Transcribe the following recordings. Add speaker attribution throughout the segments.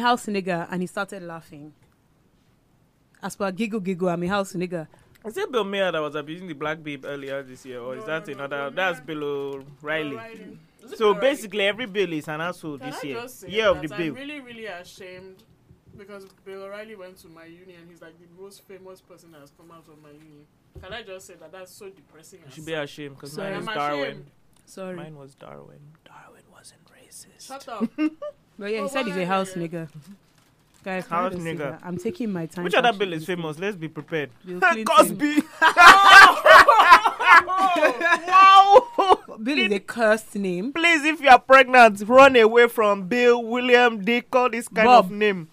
Speaker 1: house nigga, and he started laughing. As per giggle giggle, I'm a house nigga.
Speaker 2: Is it Bill Mayer that was abusing the black babe earlier this year, or is that another? that's Bill O'Reilly. So basically, every Bill is an asshole
Speaker 3: Can
Speaker 2: this
Speaker 3: I
Speaker 2: year.
Speaker 3: just say
Speaker 2: Year of the
Speaker 3: that I'm
Speaker 2: Bill.
Speaker 3: really, really ashamed because Bill O'Reilly went to my uni and he's like the most famous person that has come out of my uni. Can I just say that that's so depressing?
Speaker 2: You
Speaker 3: and
Speaker 2: should be
Speaker 3: sad.
Speaker 2: ashamed because
Speaker 1: Sorry.
Speaker 2: mine is
Speaker 3: I'm
Speaker 2: Darwin.
Speaker 3: ashamed.
Speaker 1: Sorry,
Speaker 2: Mine was Darwin. Darwin wasn't racist.
Speaker 3: Shut up.
Speaker 1: but yeah, he
Speaker 3: Oh,
Speaker 1: said he's a
Speaker 3: why?
Speaker 1: house nigga. Guys, why
Speaker 2: House
Speaker 1: don't you say
Speaker 2: nigga.
Speaker 1: that? I'm taking my time.
Speaker 2: Which
Speaker 1: to
Speaker 2: other
Speaker 1: actually
Speaker 2: Bill is
Speaker 1: listen.
Speaker 2: famous? Let's be prepared.
Speaker 1: Bill Clinton.
Speaker 2: Cosby.
Speaker 3: Oh,
Speaker 2: wow.
Speaker 1: Bill is a cursed name.
Speaker 2: Please, if you are pregnant, run away from Bill, William, Dick, all this kind
Speaker 1: Bob.
Speaker 2: of name.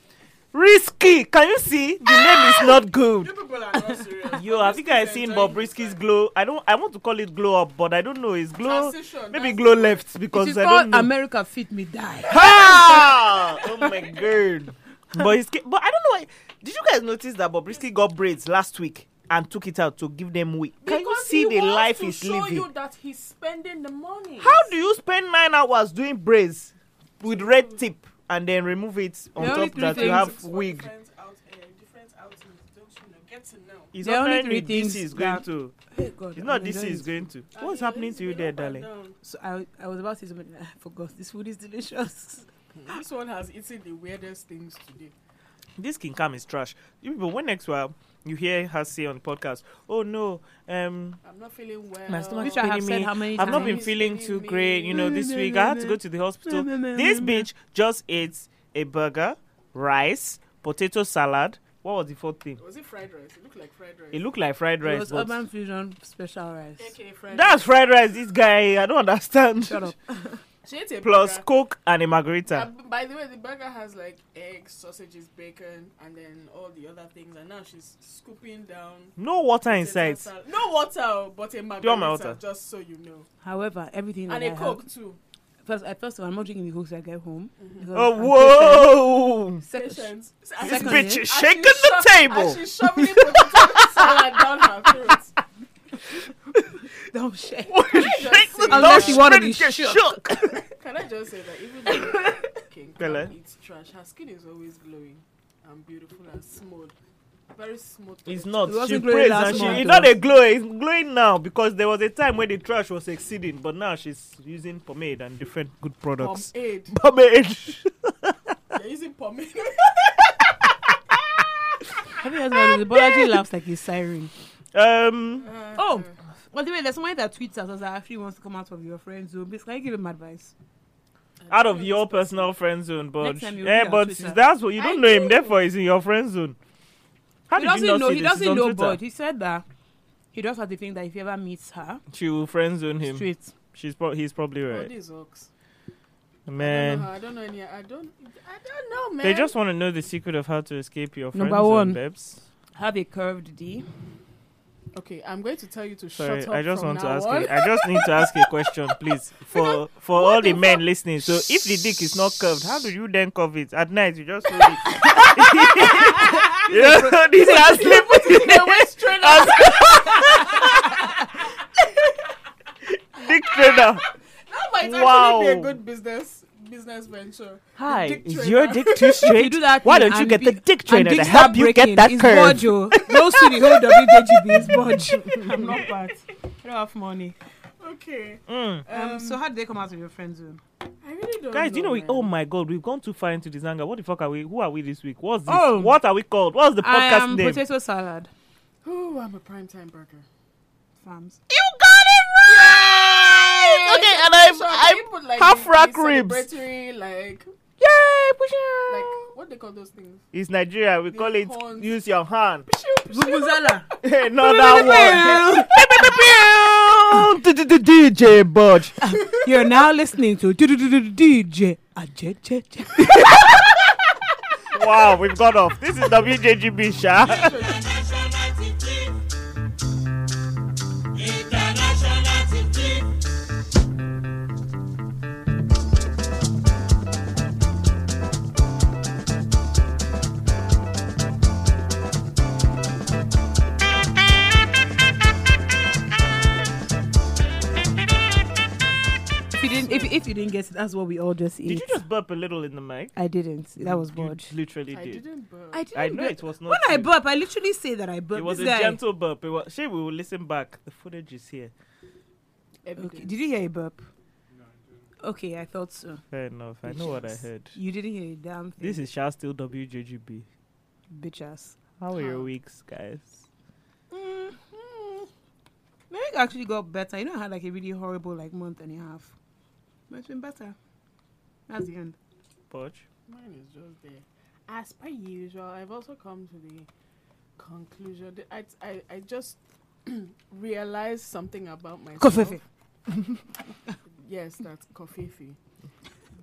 Speaker 2: Risky. Can you see? The name is not good.
Speaker 3: you people are not serious.
Speaker 2: Yo, have you guys seen Bob Risky's glow? I don't. I want to call it glow up, but I don't know. It's glow.
Speaker 3: Transition,
Speaker 2: Maybe
Speaker 3: that's
Speaker 2: glow left
Speaker 1: It
Speaker 2: because
Speaker 1: is
Speaker 2: I
Speaker 1: called
Speaker 2: don't know.
Speaker 1: America Fit Me Die.
Speaker 2: ha! Oh my god. But his, ca- but I don't know. Why, did you guys notice that Bob Risky got braids last week and took it out to give them weight? Can you
Speaker 3: Because
Speaker 2: see
Speaker 3: he
Speaker 2: the
Speaker 3: wants
Speaker 2: life
Speaker 3: to
Speaker 2: he's
Speaker 3: show
Speaker 2: living?
Speaker 3: you that he's spending the money.
Speaker 2: How do you spend nine hours doing braids with red tip and then remove it on
Speaker 1: The only
Speaker 2: top
Speaker 1: three
Speaker 2: that you
Speaker 1: things-
Speaker 2: have wig?
Speaker 3: Different out, uh, different outings, don't you know? Get to know.
Speaker 2: It's
Speaker 1: The
Speaker 2: not
Speaker 1: only three
Speaker 2: only DC
Speaker 1: things
Speaker 2: is going
Speaker 1: that-
Speaker 2: to.
Speaker 1: Hey Oh, God,
Speaker 2: It's not
Speaker 1: I'm
Speaker 2: DC
Speaker 1: enjoying
Speaker 2: is
Speaker 1: it.
Speaker 2: going to.
Speaker 3: And
Speaker 2: What's
Speaker 3: he
Speaker 2: happening
Speaker 3: always
Speaker 2: to you
Speaker 3: been
Speaker 2: there,
Speaker 3: up
Speaker 2: darling?
Speaker 3: and down.
Speaker 1: So I, I was about to say something. I forgot. This food is delicious.
Speaker 3: This one has eaten the weirdest things today.
Speaker 2: this King Cam is trash. You people, when next while you hear her say on podcast, oh no, um,
Speaker 3: I'm not feeling well.
Speaker 2: my stomach
Speaker 1: Which
Speaker 2: is
Speaker 1: I have
Speaker 2: paining
Speaker 1: said
Speaker 2: me.
Speaker 1: how many
Speaker 2: I've not been
Speaker 1: times?
Speaker 2: feeling too
Speaker 3: Paining me.
Speaker 2: great. You know, this week I had to go to the hospital. This bitch just ate a burger, rice, potato salad. What was the fourth thing?
Speaker 3: Was it fried rice? It looked like fried rice.
Speaker 2: It looked like fried
Speaker 1: It
Speaker 2: rice.
Speaker 1: was
Speaker 2: but-
Speaker 1: Urban Fusion Special Rice.
Speaker 3: AKA fried
Speaker 2: That's fried rice. This guy, I don't understand.
Speaker 1: Shut up.
Speaker 3: rice. She ate a
Speaker 2: Plus
Speaker 3: burger.
Speaker 2: Coke and a
Speaker 3: Uh,
Speaker 2: margarita.
Speaker 3: b- by the way, the burger has like eggs, sausages, bacon, and then all the other things. And now she's scooping down.
Speaker 2: No water
Speaker 3: potato
Speaker 2: inside.
Speaker 3: salad. No water, oh, but a margarita.
Speaker 2: want my water?
Speaker 3: Just so you know.
Speaker 1: However, everything that
Speaker 3: And
Speaker 1: I
Speaker 3: a
Speaker 1: have-
Speaker 3: coke too.
Speaker 1: First, I first of all, I'm not drinking the coke till I get home. because
Speaker 2: Oh,
Speaker 1: I'm
Speaker 2: whoa!
Speaker 1: patient. Sec-
Speaker 3: Patience. And
Speaker 2: This
Speaker 1: Mm-hmm. Second
Speaker 3: she's-
Speaker 1: day.
Speaker 2: bitch is
Speaker 3: and
Speaker 2: shaking
Speaker 3: she's
Speaker 2: the
Speaker 3: shov- And
Speaker 2: table.
Speaker 3: she's shoveling potato salad down her throat.
Speaker 1: Don't shake.
Speaker 3: Can I just
Speaker 2: Shake
Speaker 3: say
Speaker 2: the
Speaker 1: Unless
Speaker 2: dog,
Speaker 1: you wanna
Speaker 2: ready
Speaker 1: be
Speaker 2: get
Speaker 1: shook.
Speaker 3: Can I just say that even though King
Speaker 2: Bella.
Speaker 3: Kong eats trash, her skin is always glowing and beautiful and smooth. Very smooth.
Speaker 2: It's
Speaker 3: texture.
Speaker 2: not.
Speaker 1: It wasn't
Speaker 2: She
Speaker 1: glowing
Speaker 2: prays
Speaker 1: last
Speaker 2: and she.
Speaker 1: month,
Speaker 2: It's
Speaker 1: though.
Speaker 2: not a glow. It's glowing now because there was a time when the trash was exceeding, but now she's using pomade and different good products.
Speaker 3: Pomade.
Speaker 2: Pomade.
Speaker 3: They're using pomade.
Speaker 1: Have you guys heard of the Bolaji laughs like a siren?
Speaker 2: um.
Speaker 3: Uh,
Speaker 1: Oh, well, the way there's someone that tweets at us that actually wants to come out of your friend zone. Please, can you give him advice?
Speaker 2: Out of your personal friend zone, but
Speaker 1: Next time you'll be
Speaker 2: yeah,
Speaker 1: on
Speaker 2: but
Speaker 1: Twitter.
Speaker 2: that's what you don't
Speaker 3: I
Speaker 2: know him.
Speaker 3: do.
Speaker 2: Therefore, he's in your friend zone. How
Speaker 1: he
Speaker 2: did
Speaker 1: doesn't
Speaker 2: you not
Speaker 1: know.
Speaker 2: see
Speaker 1: He
Speaker 2: this? It's
Speaker 1: doesn't
Speaker 2: on
Speaker 1: know,
Speaker 2: Twitter.
Speaker 1: but he said that he does have the thing that if he ever meets her,
Speaker 2: she will friend zone him.
Speaker 1: straight.
Speaker 2: She's pro- he's
Speaker 1: Oh,
Speaker 2: probably
Speaker 3: All
Speaker 2: right.
Speaker 3: these oaks.
Speaker 2: Man,
Speaker 3: I don't know. I don't know any. I don't. I don't know, man.
Speaker 2: Um, they just want to know the secret of how to escape your friends
Speaker 1: Number one.
Speaker 2: and babes.
Speaker 1: Have a curved D.
Speaker 3: Okay, I'm going to tell you to
Speaker 2: Sorry,
Speaker 3: shut up.
Speaker 2: I just
Speaker 3: from
Speaker 2: want to
Speaker 3: now
Speaker 2: ask
Speaker 3: on.
Speaker 2: you. I just need to ask you a question, please, for for
Speaker 3: what
Speaker 2: all the
Speaker 3: the
Speaker 2: men
Speaker 3: fuck?
Speaker 2: listening. So, if the dick is not curved, how do you then curve it at night? You just hold it. yeah, this is sleeping.
Speaker 3: The waist trainer.
Speaker 2: dick trainer.
Speaker 3: That might
Speaker 2: Wow.
Speaker 3: actually be a good business business venture.
Speaker 2: Hi,
Speaker 3: dick
Speaker 2: is
Speaker 3: trainer.
Speaker 2: your dick too
Speaker 1: If
Speaker 2: straight?
Speaker 1: you do that
Speaker 2: Why
Speaker 1: thing
Speaker 2: don't you
Speaker 1: and
Speaker 2: get
Speaker 1: be-
Speaker 2: the dick
Speaker 1: and
Speaker 2: trainer to
Speaker 1: dicks
Speaker 2: help
Speaker 1: start
Speaker 2: you get
Speaker 1: breaking,
Speaker 2: that
Speaker 1: it's
Speaker 2: curve?
Speaker 1: budge, oh. Goes to the whole WJGB is budge. I'm not bad. I don't have money.
Speaker 3: Okay.
Speaker 2: Mm.
Speaker 1: Um, so how did they come out of your friend zone?
Speaker 3: I really don't.
Speaker 2: Guys, do you know? We,
Speaker 3: man.
Speaker 2: oh my God, we've gone too far into this anger. What the fuck are we? Who are we this week? What's this?
Speaker 1: Oh.
Speaker 2: What are we called? What's the
Speaker 1: I
Speaker 2: podcast
Speaker 1: am
Speaker 2: name?
Speaker 1: potato salad.
Speaker 3: Ooh, I'm a prime time burger.
Speaker 1: Farms.
Speaker 2: You got it right. Okay, and I'm
Speaker 3: So
Speaker 2: I'm
Speaker 3: people, like,
Speaker 2: half
Speaker 3: the-
Speaker 2: rack
Speaker 3: the
Speaker 2: ribs.
Speaker 3: celebratory, Like,
Speaker 2: yay pushing.
Speaker 3: like what they call those things?
Speaker 2: it's Nigeria. We
Speaker 3: The
Speaker 2: call it
Speaker 3: horns.
Speaker 2: use your hand.
Speaker 1: Vuvuzela.
Speaker 2: Hey, not that one. DJ Budge.
Speaker 1: You're now listening to DJ Ajejeje.
Speaker 2: Wow, we've got off. This is WJGB, Sha.
Speaker 1: If you didn't, if, if you didn't get it, that's what we all just ate.
Speaker 2: Did you just burp a little in the mic?
Speaker 1: I didn't. That was Bodge.
Speaker 2: You literally
Speaker 3: I
Speaker 2: did.
Speaker 3: didn't burp.
Speaker 1: I didn't.
Speaker 2: I know
Speaker 1: burp.
Speaker 2: it was not.
Speaker 1: When I
Speaker 2: you.
Speaker 1: burp, I literally say that I burp.
Speaker 2: it was a
Speaker 1: this guy.
Speaker 2: gentle burp. It was. Shame we will listen back. The footage is here.
Speaker 1: Okay. Did you hear a burp? Okay, I thought so.
Speaker 2: Fair enough. I know what I heard.
Speaker 1: You didn't hear a damn thing.
Speaker 2: This is Shah still WJGB.
Speaker 1: bitch ass.
Speaker 2: How are your
Speaker 3: Huh.
Speaker 2: weeks, guys?
Speaker 1: Mm, mm. Maybe it actually got better. You know, I had like a really horrible like month and a half, but it's been better. That's the end.
Speaker 2: Porch.
Speaker 3: Mine is just there. As per usual, I've also come to the conclusion. that I, I, I just realized something about myself.
Speaker 1: Kofefe.
Speaker 3: yes, that's kofefe.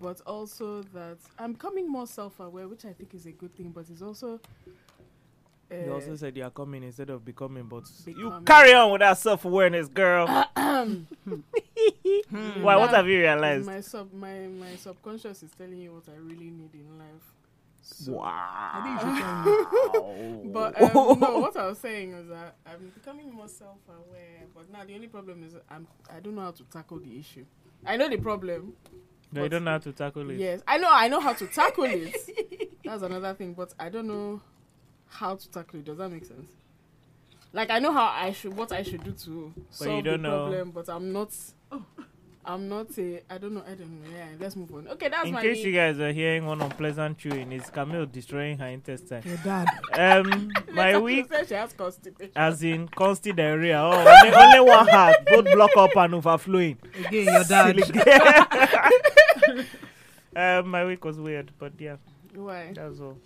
Speaker 3: But also that I'm coming more self-aware, which I think is a good thing. But it's also uh,
Speaker 2: you also said you are coming instead of becoming, but you
Speaker 3: Becoming.
Speaker 2: carry on with that self awareness, girl.
Speaker 1: Hmm.
Speaker 2: Why? What
Speaker 3: Yeah.
Speaker 2: have you realized?
Speaker 3: my sub my my subconscious is telling you what I really need in life. So
Speaker 2: Wow.
Speaker 1: I think you should tell me.
Speaker 3: But um, no, what I was saying is that I'm becoming more self-aware. But now the only problem is I'm I don't know how to tackle the issue. I know the problem.
Speaker 2: No, you
Speaker 3: But-
Speaker 2: don't know how to tackle it.
Speaker 3: Yes, I know I know how to tackle it. That's another thing, but I don't know how to tackle it. Does that make sense? Like I know how I should what I should do to solve
Speaker 2: don't
Speaker 3: the
Speaker 2: know.
Speaker 3: problem, but I'm not. I'm not a. I don't know. I don't know. Yeah, let's move on. Okay, that's
Speaker 2: In
Speaker 3: my.
Speaker 2: case you guys are hearing one unpleasant chewing, it's Camille destroying her intestine.
Speaker 1: Your dad.
Speaker 2: Um, my
Speaker 3: She
Speaker 2: week, Uh,
Speaker 3: said she has constipation.
Speaker 2: as in constant diarrhea. Oh, only, only one heart, both block up and overflowing.
Speaker 1: Again, your dad.
Speaker 2: Um, my week was weird, but yeah,
Speaker 3: Why?
Speaker 2: that's all.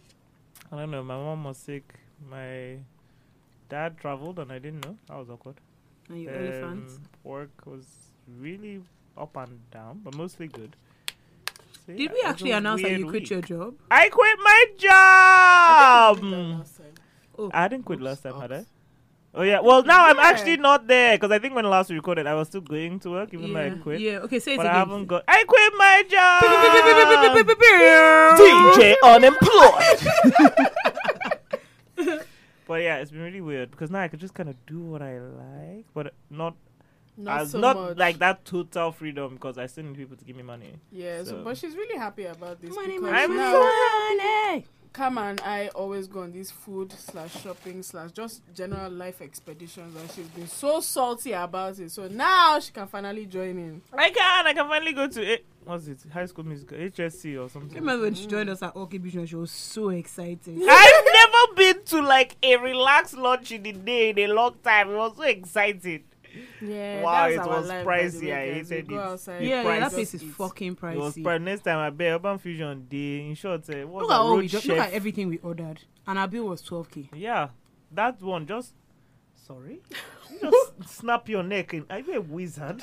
Speaker 2: I don't know. My mom was sick. My dad traveled, and I didn't know. That was awkward.
Speaker 1: and your elephant.
Speaker 2: Um, work was really up and down, but mostly good. So, yeah,
Speaker 1: Did
Speaker 2: it
Speaker 1: we
Speaker 2: was a
Speaker 1: actually announce that
Speaker 2: weird
Speaker 1: you quit
Speaker 2: week.
Speaker 1: your job?
Speaker 2: I quit my
Speaker 3: I
Speaker 2: job.
Speaker 3: think we did that last time.
Speaker 2: I didn't quit
Speaker 3: Oops,
Speaker 2: last time, had I?
Speaker 3: oops.
Speaker 2: Oh yeah. Well, now I'm
Speaker 3: Yeah.
Speaker 2: actually not there because I think when last we recorded, I was still going to work, even
Speaker 1: yeah.
Speaker 2: though I quit.
Speaker 1: Yeah. Okay, say it
Speaker 2: But I
Speaker 1: again.
Speaker 2: haven't got. I quit my job.
Speaker 1: DJ
Speaker 2: unemployed. but yeah, it's been really weird because now I could just kind of do what I like, but not
Speaker 3: Not
Speaker 2: as
Speaker 3: so
Speaker 2: not
Speaker 3: much.
Speaker 2: like that total freedom because I still need people to give me money.
Speaker 3: Yeah, so.
Speaker 2: So-
Speaker 3: but she's really happy about this
Speaker 1: Money,
Speaker 3: because
Speaker 1: money,
Speaker 2: I'm
Speaker 3: now
Speaker 2: so
Speaker 1: money.
Speaker 3: Cam and I always go on these food slash shopping slash just general life expeditions, and she's been so salty about it. So now she can finally join in.
Speaker 2: I can. I can finally go to it. What's it? High school musical, HSC or
Speaker 1: Do
Speaker 2: something.
Speaker 1: you remember when she joined us at Orchid Beach and she was so excited?
Speaker 2: I've never been to like a relaxed lunch in the day in a long time. It was so exciting.
Speaker 3: Yeah,
Speaker 2: Wow,
Speaker 3: that's
Speaker 2: it
Speaker 3: our
Speaker 2: was
Speaker 3: life
Speaker 2: pricey.
Speaker 3: by the way,
Speaker 2: I
Speaker 3: guys. We
Speaker 2: hated
Speaker 3: go
Speaker 2: it.
Speaker 3: outside,
Speaker 1: yeah, yeah, that
Speaker 3: just
Speaker 1: place is
Speaker 3: eat.
Speaker 1: fucking
Speaker 2: It was
Speaker 1: pricey.
Speaker 2: pri- next time I bet Urban Fusion Day. In short, uh, what was
Speaker 1: Look
Speaker 2: that,
Speaker 1: at all we
Speaker 2: Road
Speaker 1: just,
Speaker 2: Chef?
Speaker 1: look at everything we ordered, and our bill was 12k.
Speaker 2: Yeah, that one just. Sorry, You just snap your neck. And are you a wizard?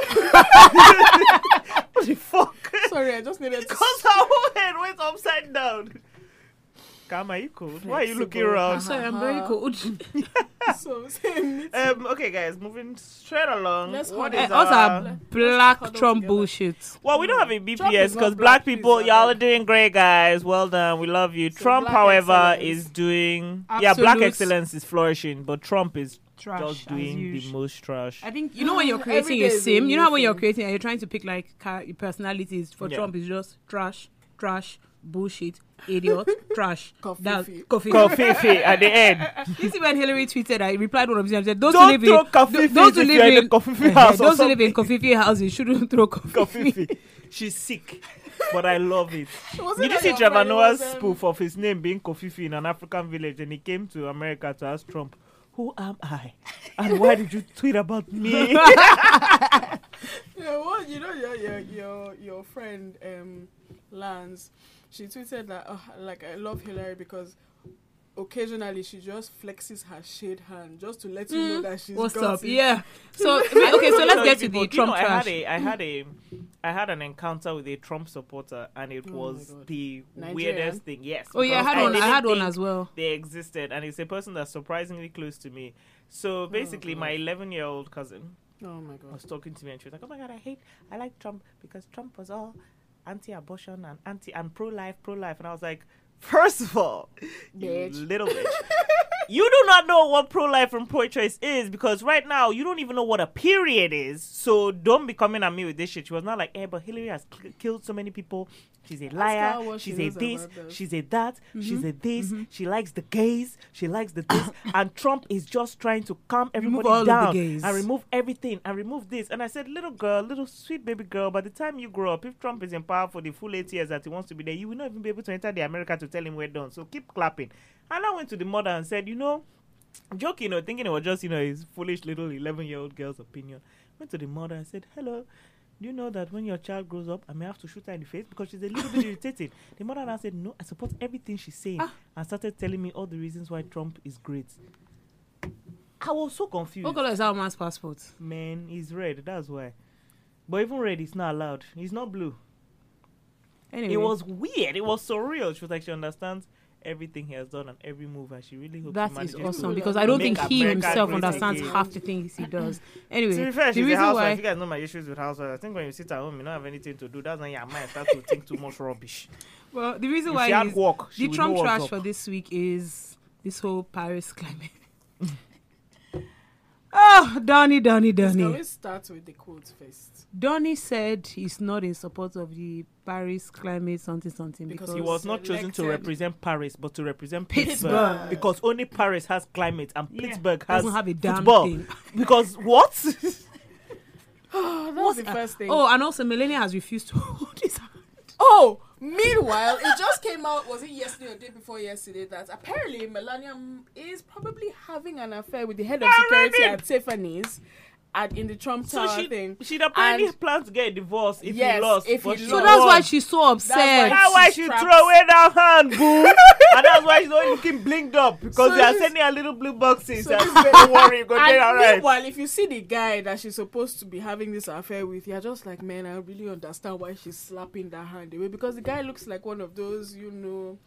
Speaker 2: what the fuck?
Speaker 3: Sorry, I just needed to.
Speaker 2: Cause her whole head went upside down. Calm, are you cool? Why are you looking
Speaker 3: Flexible.
Speaker 2: around?
Speaker 1: I'm sorry, I'm very
Speaker 3: Uh-huh.
Speaker 1: cold.
Speaker 3: so, so-
Speaker 2: Um. Okay, guys, moving straight along.
Speaker 3: Let's
Speaker 2: What
Speaker 3: hold
Speaker 2: is
Speaker 3: it.
Speaker 1: What's
Speaker 2: our-
Speaker 1: our black
Speaker 3: huddle
Speaker 1: Trump
Speaker 3: together.
Speaker 1: bullshit?
Speaker 2: Well, we don't have a
Speaker 3: Trump
Speaker 2: BPS
Speaker 3: is not
Speaker 2: because black
Speaker 3: black, please,
Speaker 2: people,
Speaker 3: my
Speaker 2: y'all
Speaker 3: bad.
Speaker 2: are doing great, guys. Well done. We love you.
Speaker 3: So
Speaker 2: Trump,
Speaker 3: black
Speaker 2: however,
Speaker 3: excellence.
Speaker 2: is doing. Yeah, black
Speaker 1: Absolute-
Speaker 2: excellence is flourishing, but Trump is
Speaker 1: Trash.
Speaker 2: just doing the most trash.
Speaker 1: I think you know when you're
Speaker 3: Every
Speaker 1: creating
Speaker 3: day
Speaker 1: a
Speaker 3: is a
Speaker 1: sim. You know how
Speaker 3: new
Speaker 1: when you're
Speaker 3: thing.
Speaker 1: creating and you're trying to pick like car- personalities for
Speaker 2: Yeah.
Speaker 1: Trump is just trash, trash, bullshit, idiot, trash.
Speaker 3: Coffee
Speaker 1: That-
Speaker 3: fee.
Speaker 1: coffee.
Speaker 2: Kofifi at the end.
Speaker 1: You see when Hillary tweeted, I replied one of these and said, "Those who
Speaker 2: Don't
Speaker 1: live in
Speaker 2: throw Kofifi
Speaker 1: those
Speaker 2: if
Speaker 1: who
Speaker 2: you're
Speaker 1: live in
Speaker 2: in the Kofifi house. or
Speaker 1: those who live in
Speaker 2: something.
Speaker 1: coffee houses shouldn't throw coffee."
Speaker 2: Kofifi. She's sick, but I love it.
Speaker 3: Wasn't
Speaker 2: Did you
Speaker 3: that
Speaker 2: see
Speaker 3: your
Speaker 2: Trevor
Speaker 3: friend? It was,
Speaker 2: Noah's
Speaker 3: um,
Speaker 2: spoof of his name being Kofifi in an African village? And he came to America to ask Trump, "Who am I, and why did you tweet about me?"
Speaker 3: Yeah, well, you know your your your your friend um Lance, she tweeted that oh, like I love Hillary because occasionally she just flexes her shade hand just to let you know that she's
Speaker 1: Hmm? What's
Speaker 3: got
Speaker 1: up?
Speaker 3: it.
Speaker 1: Yeah. So wait, okay, so let's
Speaker 2: So
Speaker 1: get to
Speaker 2: people-
Speaker 1: the
Speaker 2: do you
Speaker 1: Trump
Speaker 2: know, I had
Speaker 1: trash.
Speaker 2: a, I had a, I had an encounter with a Trump supporter, and it
Speaker 3: Oh my
Speaker 2: was
Speaker 3: God.
Speaker 2: the
Speaker 3: Nigerian?
Speaker 2: weirdest thing. Yes.
Speaker 1: Oh yeah, I
Speaker 2: because
Speaker 1: had one. I
Speaker 2: didn't
Speaker 1: had one
Speaker 2: think
Speaker 1: as well.
Speaker 2: They existed, and it's a person that's surprisingly close to me. So basically, my 11 year old cousin
Speaker 3: Oh my god.
Speaker 2: was talking to me, and she was like, "Oh my God, I hate, I like Trump because Trump was all anti-abortion and anti and pro-life, pro-life," and I was like. First of all, you
Speaker 3: Bitch.
Speaker 2: little bitch. You do not know what pro life and pro choice is because right now you don't even know what a period is. So don't be coming at me with this shit. She was not like, eh, but Hillary has k- killed so many people. She's a
Speaker 3: her
Speaker 2: liar.
Speaker 3: what she
Speaker 2: She's a
Speaker 3: knows
Speaker 2: this.
Speaker 3: about this."
Speaker 2: She's a that. She's a this. She likes the gays. She likes the this. and Trump is just trying to calm everybody
Speaker 1: all of the
Speaker 2: down
Speaker 1: gays.
Speaker 2: and remove everything and remove this. And I said, little girl, little sweet baby girl, by the time you grow up, if Trump is in power for the full eight years that he wants to be there, you will not even be able to enter the America to tell him we're done. So keep clapping. And I went to the mother and said, you know, joking or thinking it was just, you know, his foolish little 11 year old girl's opinion. Went to the mother and said, hello. Do you know that when your child grows up, I may have to shoot her in the face because she's a little bit irritating? The mother now said, No, I support everything she's saying and started telling me all the reasons why Trump is great. I was so confused
Speaker 1: What color is our man's passport?
Speaker 2: man he's red that's why but even red is not allowed it's not blue
Speaker 1: Anyway,
Speaker 2: it was weird it was surreal she was like she understands everything he has done and every move and she really hopes
Speaker 1: that
Speaker 2: he
Speaker 1: is
Speaker 2: manages
Speaker 1: awesome
Speaker 2: to
Speaker 1: because I don't
Speaker 2: make
Speaker 1: think he
Speaker 2: America
Speaker 1: himself
Speaker 2: great
Speaker 1: understands
Speaker 2: again.
Speaker 1: half the things he does. Anyway,
Speaker 2: to be fair,
Speaker 1: the
Speaker 2: she's a
Speaker 1: reason
Speaker 2: housewife. You
Speaker 1: why
Speaker 2: guys know my issues with housewives. I think when you sit at home, you don't have anything to do. That's when your mind starts to think too much rubbish.
Speaker 1: well, the reason
Speaker 2: If
Speaker 1: why
Speaker 2: she had
Speaker 1: is-
Speaker 2: work, she
Speaker 1: the
Speaker 2: would
Speaker 1: Trump
Speaker 2: know what's
Speaker 1: trash
Speaker 2: up.
Speaker 1: for this week is this whole Paris climate. oh, Donny, Donny,
Speaker 3: Can we
Speaker 1: Donny.
Speaker 3: start with the quotes first?
Speaker 1: Donny said he's not in support of the Paris climate something something because,
Speaker 3: Because
Speaker 2: He was not chosen to
Speaker 3: Elected.
Speaker 2: represent Paris, but to represent Pittsburgh,
Speaker 1: Pittsburgh.
Speaker 2: because only Paris has climate and
Speaker 1: Yeah.
Speaker 2: Pittsburgh has
Speaker 1: doesn't have a damn
Speaker 2: football.
Speaker 1: thing.
Speaker 2: Because what?
Speaker 3: Oh, that was the first thing.
Speaker 1: Oh, and also Melania has refused to hold his hand.
Speaker 3: Oh, meanwhile, it just came out, was it yesterday or day before yesterday, that apparently Melania m- is probably having an affair with the head of security
Speaker 2: Already?
Speaker 3: at Tiffany's at, in the Trump
Speaker 2: So
Speaker 3: Tower
Speaker 2: she
Speaker 3: thing.
Speaker 2: she apparently
Speaker 3: And-
Speaker 2: planned to get a divorce if he
Speaker 3: Yes,
Speaker 2: lost.
Speaker 3: if
Speaker 2: but
Speaker 3: he
Speaker 2: she
Speaker 1: So
Speaker 3: lost.
Speaker 1: that's
Speaker 2: won.
Speaker 1: why she's so upset.
Speaker 3: why-
Speaker 2: That's why she
Speaker 3: Straps.
Speaker 2: threw away that hand, boo. and that's why she's only looking blinged up because
Speaker 3: So
Speaker 2: they are
Speaker 3: she's-
Speaker 2: sending her little blue boxes.
Speaker 3: So
Speaker 2: and
Speaker 3: this
Speaker 2: don't worry, go
Speaker 3: And
Speaker 2: there, alright.
Speaker 3: meanwhile, if you see the guy that she's supposed to be having this affair with, you're just like, man, I really understand why she's slapping that hand away because the guy looks like one of those, you know,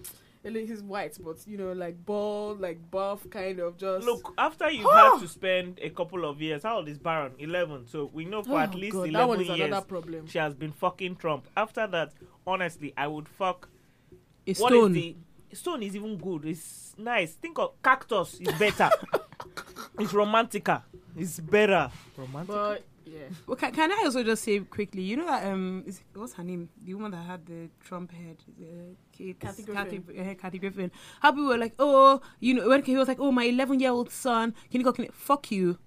Speaker 3: he's white, but you know, like bald, like buff, kind of just
Speaker 2: Look, after you
Speaker 3: Huh.
Speaker 2: have to spend a couple of years, how old is Baron? Eleven. So we know for
Speaker 3: Oh,
Speaker 2: at least
Speaker 3: God, that one
Speaker 2: eleven
Speaker 3: is
Speaker 2: years
Speaker 3: another problem.
Speaker 2: she has been fucking Trump. After that, honestly, I would fuck.
Speaker 1: A
Speaker 2: What is
Speaker 1: stone.
Speaker 2: the stone is even good. It's nice. Think of cactus is better. it's romantica. It's better. Romantic.
Speaker 3: But yeah,
Speaker 1: Well, can, can I also just say quickly, you know that um, is, what's her name? The woman that had the Trump head, uh, Kate,
Speaker 3: Kathy
Speaker 1: Kathy, uh, Kathy Griffin. How people were like, oh, you know, when he was like, oh, my 11 year old son, can you go? Can you, fuck you.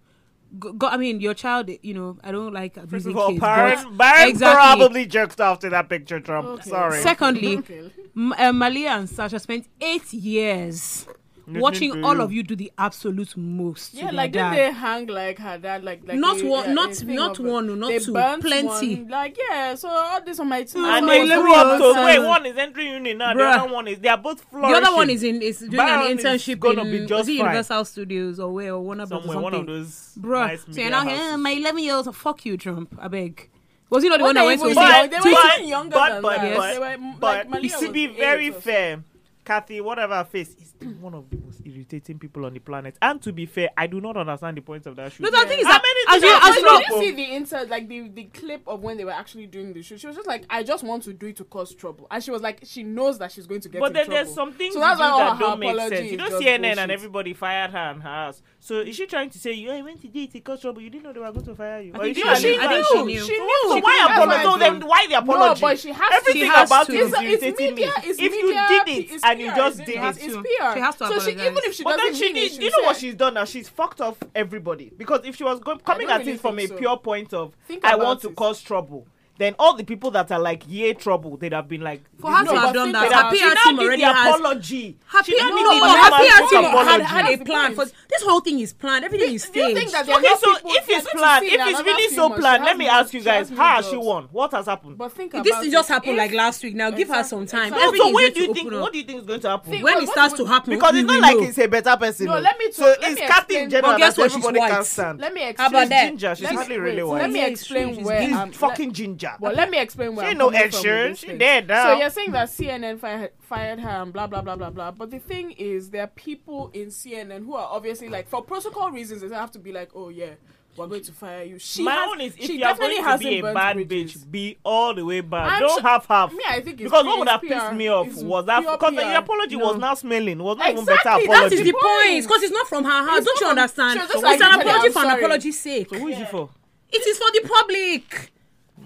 Speaker 1: Go, go- I mean, your child, you know, I don't like
Speaker 2: First
Speaker 1: abusing
Speaker 2: of all,
Speaker 1: kids,
Speaker 2: Baron,
Speaker 1: but-
Speaker 2: Baron
Speaker 1: exactly.
Speaker 2: probably jerked off to that picture, Trump.
Speaker 3: Okay.
Speaker 2: Sorry.
Speaker 1: Secondly,
Speaker 3: okay.
Speaker 1: M- uh, Malia and Sasha spent eight years
Speaker 2: Nothing to
Speaker 1: watching all
Speaker 2: you.
Speaker 1: of you do the absolute most. to
Speaker 3: Mm-hmm. Yeah,
Speaker 1: their
Speaker 3: like
Speaker 1: dad.
Speaker 3: didn't they hang like her dad? Like, like
Speaker 1: Not
Speaker 3: a-
Speaker 1: one-
Speaker 3: a- a
Speaker 1: not-
Speaker 3: thing
Speaker 1: not
Speaker 3: of-
Speaker 1: one, no, not
Speaker 3: they
Speaker 1: two,
Speaker 3: burnt
Speaker 1: plenty.
Speaker 3: one, like yeah, so all this on my team.
Speaker 2: And
Speaker 1: Oh,
Speaker 2: they
Speaker 1: my
Speaker 2: grew up
Speaker 1: God.
Speaker 2: to wait. One is entering uni now. The
Speaker 1: Bruh.
Speaker 2: other one is they are both
Speaker 1: The
Speaker 2: flourishing.
Speaker 1: other one is in is doing
Speaker 2: Baron
Speaker 1: an
Speaker 2: is
Speaker 1: internship
Speaker 2: gonna
Speaker 1: in
Speaker 2: be
Speaker 1: was
Speaker 2: just
Speaker 1: it
Speaker 2: fine.
Speaker 1: Universal Studios or where or Warner Bros. or
Speaker 2: somewhere one of
Speaker 1: something.
Speaker 2: those
Speaker 1: Bruh,
Speaker 2: nice
Speaker 1: so you're
Speaker 2: media
Speaker 1: now
Speaker 2: houses.
Speaker 1: "Eh, my 11 year old, fuck you, Trump. I beg. Was he not the
Speaker 3: What
Speaker 1: one that
Speaker 3: are
Speaker 1: went
Speaker 3: you
Speaker 1: to
Speaker 3: even
Speaker 2: but,
Speaker 3: They were
Speaker 2: but,
Speaker 3: even younger
Speaker 2: but,
Speaker 3: than
Speaker 2: but,
Speaker 1: that.
Speaker 2: but,
Speaker 3: They were, m-
Speaker 2: but
Speaker 3: like, Malia
Speaker 2: to be
Speaker 3: was
Speaker 2: very
Speaker 3: eight or so.
Speaker 2: fair, Kathy, whatever her face, is still one of the most irritating people on the planet. And to be fair, I do not understand the point of that shoot.
Speaker 1: No, the thing is
Speaker 2: How
Speaker 1: that
Speaker 2: many
Speaker 1: as
Speaker 2: did
Speaker 1: you
Speaker 2: I
Speaker 1: as
Speaker 2: find
Speaker 1: you
Speaker 2: out?
Speaker 1: know-
Speaker 3: Did you see the insert, like the, the clip of when they were actually doing the shoot? She was just like, I just want to do it to cause trouble. And she was like, she knows that she's going to get
Speaker 2: But
Speaker 3: in
Speaker 2: then
Speaker 3: trouble.
Speaker 2: there's some things
Speaker 3: So
Speaker 2: you
Speaker 3: that's
Speaker 2: do
Speaker 3: why all
Speaker 2: that
Speaker 3: her
Speaker 2: don't make
Speaker 3: apology
Speaker 2: sense.
Speaker 3: is
Speaker 2: You know,
Speaker 3: just
Speaker 2: CNN
Speaker 3: bullshit.
Speaker 2: and everybody fired her and her house. So is she trying to say, yeah, I went to date because trouble? You didn't know they were going to fire you.
Speaker 1: I
Speaker 2: Or
Speaker 1: think
Speaker 2: you
Speaker 1: she
Speaker 2: didn't
Speaker 1: knew.
Speaker 2: know
Speaker 1: I
Speaker 2: that.
Speaker 1: think she knew.
Speaker 3: She knew.
Speaker 2: So
Speaker 3: She
Speaker 2: why
Speaker 3: knew. That's
Speaker 2: apology?
Speaker 3: why
Speaker 2: So
Speaker 3: I
Speaker 2: then why the apology?
Speaker 3: No, but she has
Speaker 2: Everything
Speaker 1: She has
Speaker 2: about
Speaker 1: to.
Speaker 2: it is
Speaker 1: It's-
Speaker 3: it's
Speaker 2: irritating
Speaker 3: media,
Speaker 2: me.
Speaker 3: it's
Speaker 2: if
Speaker 3: media,
Speaker 2: you did it
Speaker 3: it's
Speaker 2: and you
Speaker 3: PR,
Speaker 2: just
Speaker 3: it's
Speaker 2: did
Speaker 1: PR.
Speaker 2: it,
Speaker 3: It's
Speaker 1: She
Speaker 3: PR.
Speaker 1: has to
Speaker 3: so she, even
Speaker 1: apologize.
Speaker 3: if she
Speaker 2: but
Speaker 3: doesn't
Speaker 2: then she
Speaker 3: mean it,
Speaker 2: did.
Speaker 3: she
Speaker 2: You know what
Speaker 3: said-
Speaker 2: she's done now? She's fucked off everybody because if she was go- coming
Speaker 3: don't
Speaker 2: at
Speaker 3: really
Speaker 2: it from a
Speaker 3: think so.
Speaker 2: pure point of
Speaker 3: Think
Speaker 2: I
Speaker 3: about
Speaker 2: want to
Speaker 3: it.
Speaker 2: cause trouble, then all the people that are like yeah trouble, they'd have been like.
Speaker 1: For her
Speaker 3: No,
Speaker 1: to
Speaker 3: but
Speaker 1: have done
Speaker 3: think
Speaker 1: that,
Speaker 3: about
Speaker 1: her
Speaker 3: it.
Speaker 2: she now
Speaker 1: PR team
Speaker 2: did
Speaker 1: already
Speaker 2: the
Speaker 1: has.
Speaker 2: apology.
Speaker 1: Her
Speaker 2: She now
Speaker 1: PR, no,
Speaker 2: did the
Speaker 1: no, her
Speaker 2: normal
Speaker 1: PR team
Speaker 2: apology.
Speaker 1: had, had a
Speaker 3: That's the
Speaker 1: plan for
Speaker 3: point.
Speaker 1: this whole thing is planned. Everything is
Speaker 3: Do you
Speaker 1: staged.
Speaker 3: think that there are
Speaker 2: Okay,
Speaker 3: not
Speaker 2: so
Speaker 3: people-
Speaker 2: if
Speaker 3: there are
Speaker 2: it's
Speaker 3: not people
Speaker 2: planned,
Speaker 3: seeing
Speaker 2: if it's
Speaker 3: another
Speaker 2: really
Speaker 3: female,
Speaker 2: so
Speaker 3: she
Speaker 2: planned, let
Speaker 3: has
Speaker 2: me
Speaker 3: no-
Speaker 2: ask you
Speaker 3: she
Speaker 2: guys,
Speaker 3: has no
Speaker 2: how has she
Speaker 3: jobs.
Speaker 2: won? What has happened?
Speaker 3: But think
Speaker 1: this
Speaker 3: about
Speaker 1: thing just
Speaker 3: it.
Speaker 1: happened
Speaker 3: If-
Speaker 1: like last week. Now give her
Speaker 3: Exactly,
Speaker 1: some time.
Speaker 3: exactly.
Speaker 2: No,
Speaker 1: Everything
Speaker 2: so
Speaker 1: is
Speaker 2: where
Speaker 1: going
Speaker 2: do
Speaker 1: to
Speaker 2: you think?
Speaker 1: open up.
Speaker 2: What do you think is going to happen?
Speaker 1: when
Speaker 3: Think- What-
Speaker 1: it
Speaker 3: what
Speaker 1: starts
Speaker 3: would-
Speaker 1: to happen,
Speaker 2: Because
Speaker 1: we
Speaker 2: it's not
Speaker 1: will
Speaker 2: like
Speaker 1: know.
Speaker 2: it's a better person.
Speaker 3: No, let me
Speaker 2: So
Speaker 3: talk- let
Speaker 2: it's
Speaker 3: me
Speaker 2: Captain
Speaker 3: explain.
Speaker 2: General
Speaker 1: But guess
Speaker 2: that
Speaker 1: what? She's
Speaker 2: everybody can
Speaker 1: white.
Speaker 2: stand.
Speaker 3: Let me
Speaker 1: How
Speaker 3: explain.
Speaker 1: about that?
Speaker 2: ginger. She's
Speaker 3: Let me-
Speaker 2: hardly really
Speaker 3: wait,
Speaker 2: white.
Speaker 3: Let me
Speaker 1: She's
Speaker 3: explain
Speaker 1: huge.
Speaker 3: where um,
Speaker 1: She's
Speaker 3: I'm.
Speaker 2: fucking ginger.
Speaker 3: Well, let me explain where
Speaker 2: She
Speaker 3: I'm
Speaker 2: ain't no
Speaker 3: coming
Speaker 2: Ed
Speaker 3: from
Speaker 2: Sheeran.
Speaker 3: with this
Speaker 2: She
Speaker 3: thing.
Speaker 2: dead now.
Speaker 3: So you're saying that CNN fired fired her and blah blah blah blah blah. But the thing is, there are people in CNN who are obviously like for protocol reasons they have to be like, oh yeah, we're going to fire you. She
Speaker 2: My
Speaker 3: has,
Speaker 2: own is if
Speaker 3: she
Speaker 2: you are going to
Speaker 3: definitely
Speaker 2: be a
Speaker 3: hasn't burnt
Speaker 2: bad
Speaker 3: bridges.
Speaker 2: bitch, be all the way bad.
Speaker 3: I'm
Speaker 2: Don't
Speaker 3: sure-
Speaker 2: have half.
Speaker 3: Me, I think it's
Speaker 2: Because
Speaker 3: P-
Speaker 2: what would
Speaker 3: it's
Speaker 2: have pissed
Speaker 3: PR.
Speaker 2: me off
Speaker 3: It's
Speaker 2: was that
Speaker 3: pure
Speaker 2: because
Speaker 3: PR.
Speaker 2: the apology was
Speaker 4: No.
Speaker 2: not smelling, was not
Speaker 3: Exactly,
Speaker 2: even
Speaker 3: that
Speaker 2: better apology.
Speaker 3: is
Speaker 1: That is the
Speaker 3: Apology.
Speaker 1: point. Because it's not from her house.
Speaker 3: It's
Speaker 1: Don't you
Speaker 3: not from-
Speaker 1: understand?
Speaker 3: she was
Speaker 1: It's
Speaker 3: just like,
Speaker 1: an
Speaker 3: "Literally,
Speaker 1: apology
Speaker 3: I'm
Speaker 1: for an
Speaker 3: sorry."
Speaker 1: apology's sake.
Speaker 2: Who is she for?
Speaker 1: It is for the public.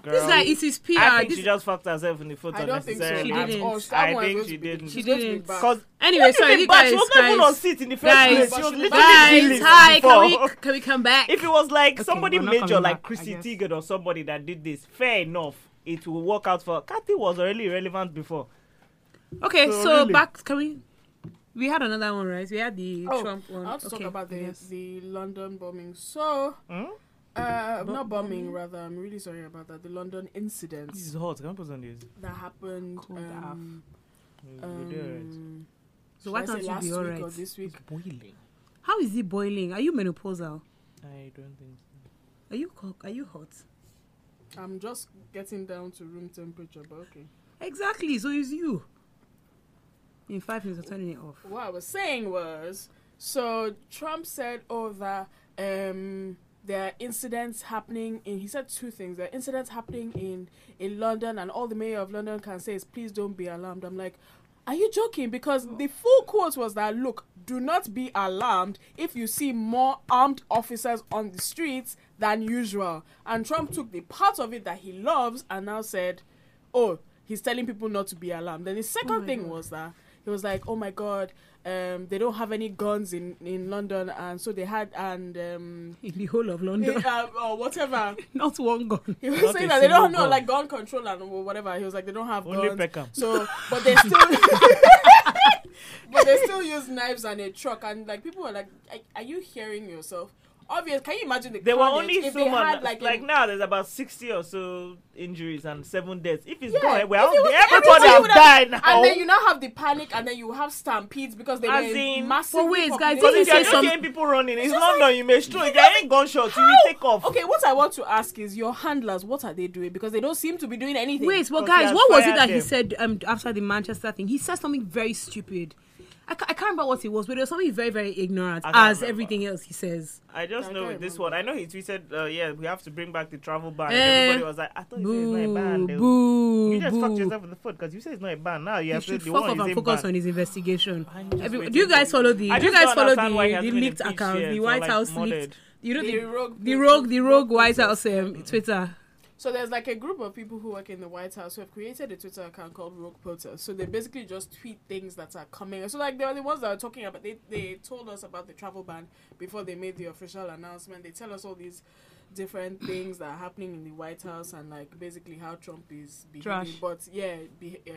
Speaker 1: This
Speaker 2: Girl.
Speaker 1: guy, it is PR.
Speaker 2: I think
Speaker 1: This-
Speaker 2: she just fucked herself in the foot
Speaker 3: uh, I don't think so.
Speaker 2: unnecessarily.
Speaker 1: She
Speaker 2: I-
Speaker 1: didn't.
Speaker 3: At all. That
Speaker 2: I
Speaker 3: one
Speaker 2: think
Speaker 3: was-
Speaker 2: she didn't.
Speaker 3: She
Speaker 1: She
Speaker 3: didn't.
Speaker 1: didn't.
Speaker 2: Because
Speaker 1: Anyway, sorry, you
Speaker 2: But
Speaker 1: guys,
Speaker 2: she was not
Speaker 1: guys,
Speaker 2: even on seat in the first
Speaker 1: guys,
Speaker 2: place. She was
Speaker 3: guys,
Speaker 2: literally
Speaker 1: guys,
Speaker 2: feelings
Speaker 1: hi, can we
Speaker 2: before.
Speaker 1: can we come back?
Speaker 2: If it was like somebody
Speaker 4: we're not
Speaker 2: major,
Speaker 4: coming
Speaker 2: like
Speaker 4: back, I
Speaker 2: Chrissy
Speaker 4: guess.
Speaker 2: Teigen or somebody that did this, fair enough. It will work out for Kathy was already relevant before.
Speaker 1: okay,
Speaker 2: so
Speaker 1: so,
Speaker 2: Oh, really-
Speaker 1: back can we? We had another one, right? We had the
Speaker 3: Oh,
Speaker 1: Trump one.
Speaker 3: I want to
Speaker 1: okay.
Speaker 3: talk about the
Speaker 1: yes.
Speaker 3: the London bombing. So,
Speaker 2: Hmm?
Speaker 3: uh, not bombing, rather. I'm really sorry about that. The London incident
Speaker 2: This is hot. Can I put on this?
Speaker 3: that happened.
Speaker 4: Cool
Speaker 3: um,
Speaker 2: We'll do it.
Speaker 3: um,
Speaker 1: So why
Speaker 3: should I
Speaker 1: can't
Speaker 3: say
Speaker 1: you
Speaker 3: last
Speaker 1: be all
Speaker 3: week
Speaker 1: right?
Speaker 3: or this week?
Speaker 2: It's boiling.
Speaker 1: How is it boiling? Are you menopausal?
Speaker 2: I don't think so.
Speaker 1: Are you co- are you hot?
Speaker 3: I'm just getting down to room temperature, but okay.
Speaker 1: Exactly. So is you. In five minutes, I'm turning it off.
Speaker 3: What I was saying was, so Trump said, oh, that um, there are incidents happening in. He said two things. There are incidents happening in in London, and all the mayor of London can say is, please don't be alarmed. I'm like. Are you joking? Because the full quote was that look, do not be alarmed if you see more armed officers on the streets than usual. And Trump took the part of it that he loves and now said, oh, he's telling people not to be alarmed. Then the second
Speaker 1: Oh my
Speaker 3: thing
Speaker 1: God.
Speaker 3: was that he was like, oh my god, um, they don't have any guns in, in London, and so they had and um,
Speaker 1: In the whole of
Speaker 3: eh,
Speaker 1: London,
Speaker 3: uh, or whatever.
Speaker 1: not one gun.
Speaker 3: He was
Speaker 2: Not
Speaker 3: saying
Speaker 2: a
Speaker 3: that they don't
Speaker 2: single
Speaker 3: know
Speaker 2: gun.
Speaker 3: like gun control and whatever. He was like, they don't have
Speaker 2: Only
Speaker 3: guns.
Speaker 2: Peckham.
Speaker 3: So, but they still, but they still use knives and a truck, and like people were like, "Are, are you hearing yourself?" Obvious. Can you imagine the
Speaker 2: There were
Speaker 3: carnage
Speaker 2: only
Speaker 3: if
Speaker 2: so
Speaker 3: they
Speaker 2: much.
Speaker 3: had
Speaker 2: Like,
Speaker 3: like, a-
Speaker 2: now, there's about 60 or so injuries and seven deaths. If it's
Speaker 3: Yeah,
Speaker 2: gone, well,
Speaker 3: if it was
Speaker 2: everybody
Speaker 3: everybody
Speaker 2: have
Speaker 3: would have-
Speaker 2: died now.
Speaker 3: and then you now have the panic, and then you have stampedes because they
Speaker 2: As
Speaker 3: were
Speaker 2: in-
Speaker 3: massive.
Speaker 1: But wait, guys, Didn't
Speaker 2: Because if
Speaker 1: he
Speaker 2: you're
Speaker 1: say
Speaker 2: just
Speaker 1: some-
Speaker 2: getting people running, it's
Speaker 3: just like-
Speaker 2: London, you may stroke. If you're getting gunshots, you will take off.
Speaker 3: Okay, what I want to ask is your handlers, what are they doing? Because they don't seem to be doing anything.
Speaker 1: Wait, but
Speaker 2: Because
Speaker 1: guys,
Speaker 2: he
Speaker 1: what was it
Speaker 2: fired
Speaker 1: that he
Speaker 2: them.
Speaker 1: said um, after the Manchester thing? He said something very stupid. I, ca- I can't remember what it was, but it was something very, very ignorant,
Speaker 2: I can't
Speaker 1: as
Speaker 2: remember.
Speaker 1: everything else he says.
Speaker 2: I just
Speaker 3: I
Speaker 2: know
Speaker 3: can't
Speaker 2: with this
Speaker 3: remember.
Speaker 2: one. I know he tweeted, uh, "Yeah, we have to bring back the travel ban."
Speaker 1: Eh.
Speaker 2: Everybody was like, "I thought you said it's not a ban."
Speaker 1: Boo,
Speaker 2: though."
Speaker 1: boo,
Speaker 2: You just fucked
Speaker 1: boo.
Speaker 2: yourself in the foot because you said it's not a ban. Now you
Speaker 1: He
Speaker 2: have to
Speaker 1: should
Speaker 2: the
Speaker 1: fuck
Speaker 2: one
Speaker 1: off
Speaker 2: is
Speaker 1: and
Speaker 2: in
Speaker 1: focus
Speaker 2: ban.
Speaker 1: on his investigation.
Speaker 2: I'm just
Speaker 1: Every,
Speaker 2: waiting
Speaker 1: do you guys
Speaker 2: for
Speaker 1: follow
Speaker 2: him.
Speaker 1: the?
Speaker 2: I
Speaker 1: Do you
Speaker 2: just
Speaker 1: guys
Speaker 2: don't
Speaker 1: follow
Speaker 2: understand why he
Speaker 1: the,
Speaker 2: has
Speaker 1: the
Speaker 2: so many
Speaker 1: leaked
Speaker 2: big
Speaker 1: account,
Speaker 2: shares
Speaker 1: the
Speaker 2: or,
Speaker 1: White
Speaker 2: like,
Speaker 1: House
Speaker 2: modded.
Speaker 1: leaked? You know
Speaker 3: The
Speaker 1: the,
Speaker 3: rogue
Speaker 1: the
Speaker 3: people.
Speaker 1: rogue, the rogue White House um, Twitter.
Speaker 3: So there's like a group of people who work in the White House who have created a Twitter account called Rogue Protest. So they basically just tweet things that are coming. So like they are the ones that are talking about. They they told us about the travel ban before they made the official announcement. They tell us all these different things that are happening in the White House and like basically how Trump is behaving.
Speaker 1: Trash.
Speaker 3: But yeah, be, yeah.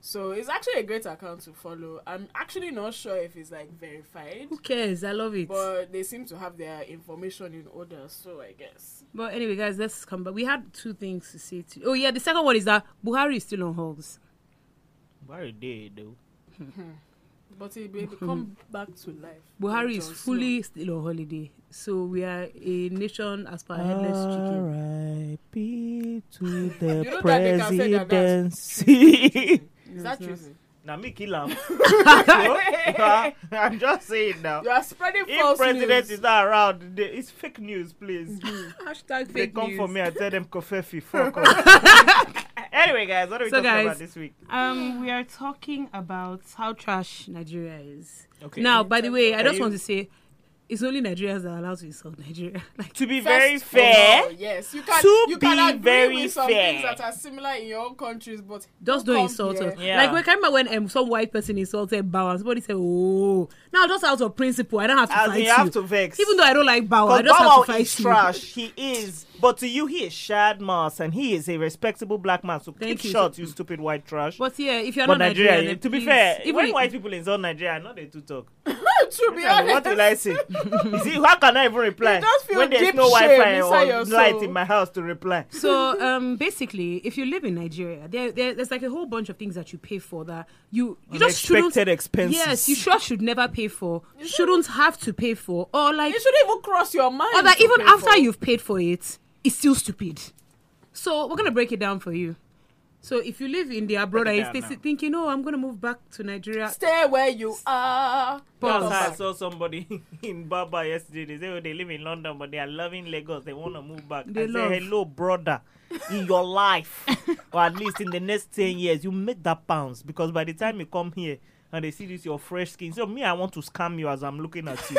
Speaker 3: So it's actually a great account to follow. I'm actually not sure if it's like verified.
Speaker 1: Who cares? I love it. But,
Speaker 3: But they seem to have their information in order, so I guess.
Speaker 1: anyway, guys, let's come back. We had two things to say. To, oh yeah, the second one is that Buhari is still on hogs.
Speaker 2: Why did though?
Speaker 3: But it will come back to life.
Speaker 1: Buhari
Speaker 3: Like
Speaker 1: is
Speaker 3: Jon Snow.
Speaker 1: fully still on holiday, so we are a nation as per headless
Speaker 2: Ah.
Speaker 1: chicken.
Speaker 2: R.I.P. to
Speaker 3: You
Speaker 2: the
Speaker 3: know that they can say that that's
Speaker 2: presidency.
Speaker 3: Is that treason?
Speaker 2: Now me kill him. So, I'm just saying now.
Speaker 3: You are spreading
Speaker 2: If
Speaker 3: false
Speaker 2: president
Speaker 3: news.
Speaker 2: is not around, they- it's fake news, please.
Speaker 1: Hashtag
Speaker 2: they
Speaker 1: fake
Speaker 2: come
Speaker 1: news.
Speaker 2: for me and tell them Kofefi fuck off. anyway, guys, what are we
Speaker 1: So,
Speaker 2: talking
Speaker 1: guys,
Speaker 2: about this week?
Speaker 1: Um, we are talking about how trash Nigeria is.
Speaker 2: Okay.
Speaker 1: Now, by the way, I
Speaker 2: Are
Speaker 1: just
Speaker 2: you-
Speaker 1: want to say, it's only Nigerians that are allowed to insult Nigeria. Like,
Speaker 2: to be
Speaker 3: First
Speaker 2: very
Speaker 3: of
Speaker 2: fair,
Speaker 3: all, yes, you can.
Speaker 2: To
Speaker 3: you can
Speaker 2: be
Speaker 3: agree
Speaker 2: very
Speaker 3: with some
Speaker 2: fair.
Speaker 3: things that are similar in your own countries, but
Speaker 1: just don't
Speaker 3: come
Speaker 1: insult
Speaker 3: here.
Speaker 1: us.
Speaker 2: Yeah.
Speaker 1: Like, we can remember when um, some white person insulted Bauer. Somebody said, "Oh, now just out of principle, I don't have to
Speaker 2: as
Speaker 1: fight
Speaker 2: in,
Speaker 1: you."
Speaker 2: you have to vex.
Speaker 1: Even though I don't like Bauer, Oh, I
Speaker 2: Because
Speaker 1: just
Speaker 2: Bow
Speaker 1: have to
Speaker 2: Wow
Speaker 1: fight
Speaker 2: is
Speaker 1: you.
Speaker 2: trash, he is. But to you, he is shad mass, and he is a respectable black man. So
Speaker 1: Thank
Speaker 2: keep
Speaker 1: you.
Speaker 2: short, you stupid white trash.
Speaker 1: But yeah, if you're
Speaker 2: But
Speaker 1: not Nigerian,
Speaker 2: Nigeria,
Speaker 1: then
Speaker 2: to be
Speaker 1: please-
Speaker 2: fair,
Speaker 1: even
Speaker 2: when
Speaker 1: if-
Speaker 2: white people insult Nigeria, I know they do talk.
Speaker 3: to be honest,
Speaker 2: what will I say? You see, how can I even reply
Speaker 3: You just feel
Speaker 2: when there's
Speaker 3: deep
Speaker 2: no
Speaker 3: shame
Speaker 2: Wi-Fi
Speaker 3: inside your
Speaker 2: or light
Speaker 3: soul.
Speaker 2: in my house to reply?
Speaker 1: So um, basically, if you live in Nigeria, there, there there's like a whole bunch of things that you pay for that you you just shouldn't.
Speaker 2: Unexpected expenses.
Speaker 1: Yes, you sure should never pay for, shouldn't have to pay for, or like,
Speaker 3: You shouldn't even cross your mind.
Speaker 1: or that
Speaker 3: to
Speaker 1: even
Speaker 3: pay
Speaker 1: after
Speaker 3: for.
Speaker 1: you've paid for it, it's still stupid. So we're gonna break it down for you. So if you live in the abroad,
Speaker 2: Break it
Speaker 1: and
Speaker 2: down
Speaker 1: you stay
Speaker 2: now.
Speaker 1: thinking, oh, I'm gonna move back to Nigeria.
Speaker 3: Stay where you are.
Speaker 2: That's
Speaker 3: Come
Speaker 2: how I
Speaker 3: back.
Speaker 2: saw somebody in Baba yesterday. They say oh, they live in London, but they are loving Lagos. They want to move back.
Speaker 1: They
Speaker 2: I
Speaker 1: love.
Speaker 2: say, hello, brother. In your life, or at least in the next ten years, you make that pounds because by the time you come here and they see this your fresh skin, so me, I want to scam you as I'm looking at you.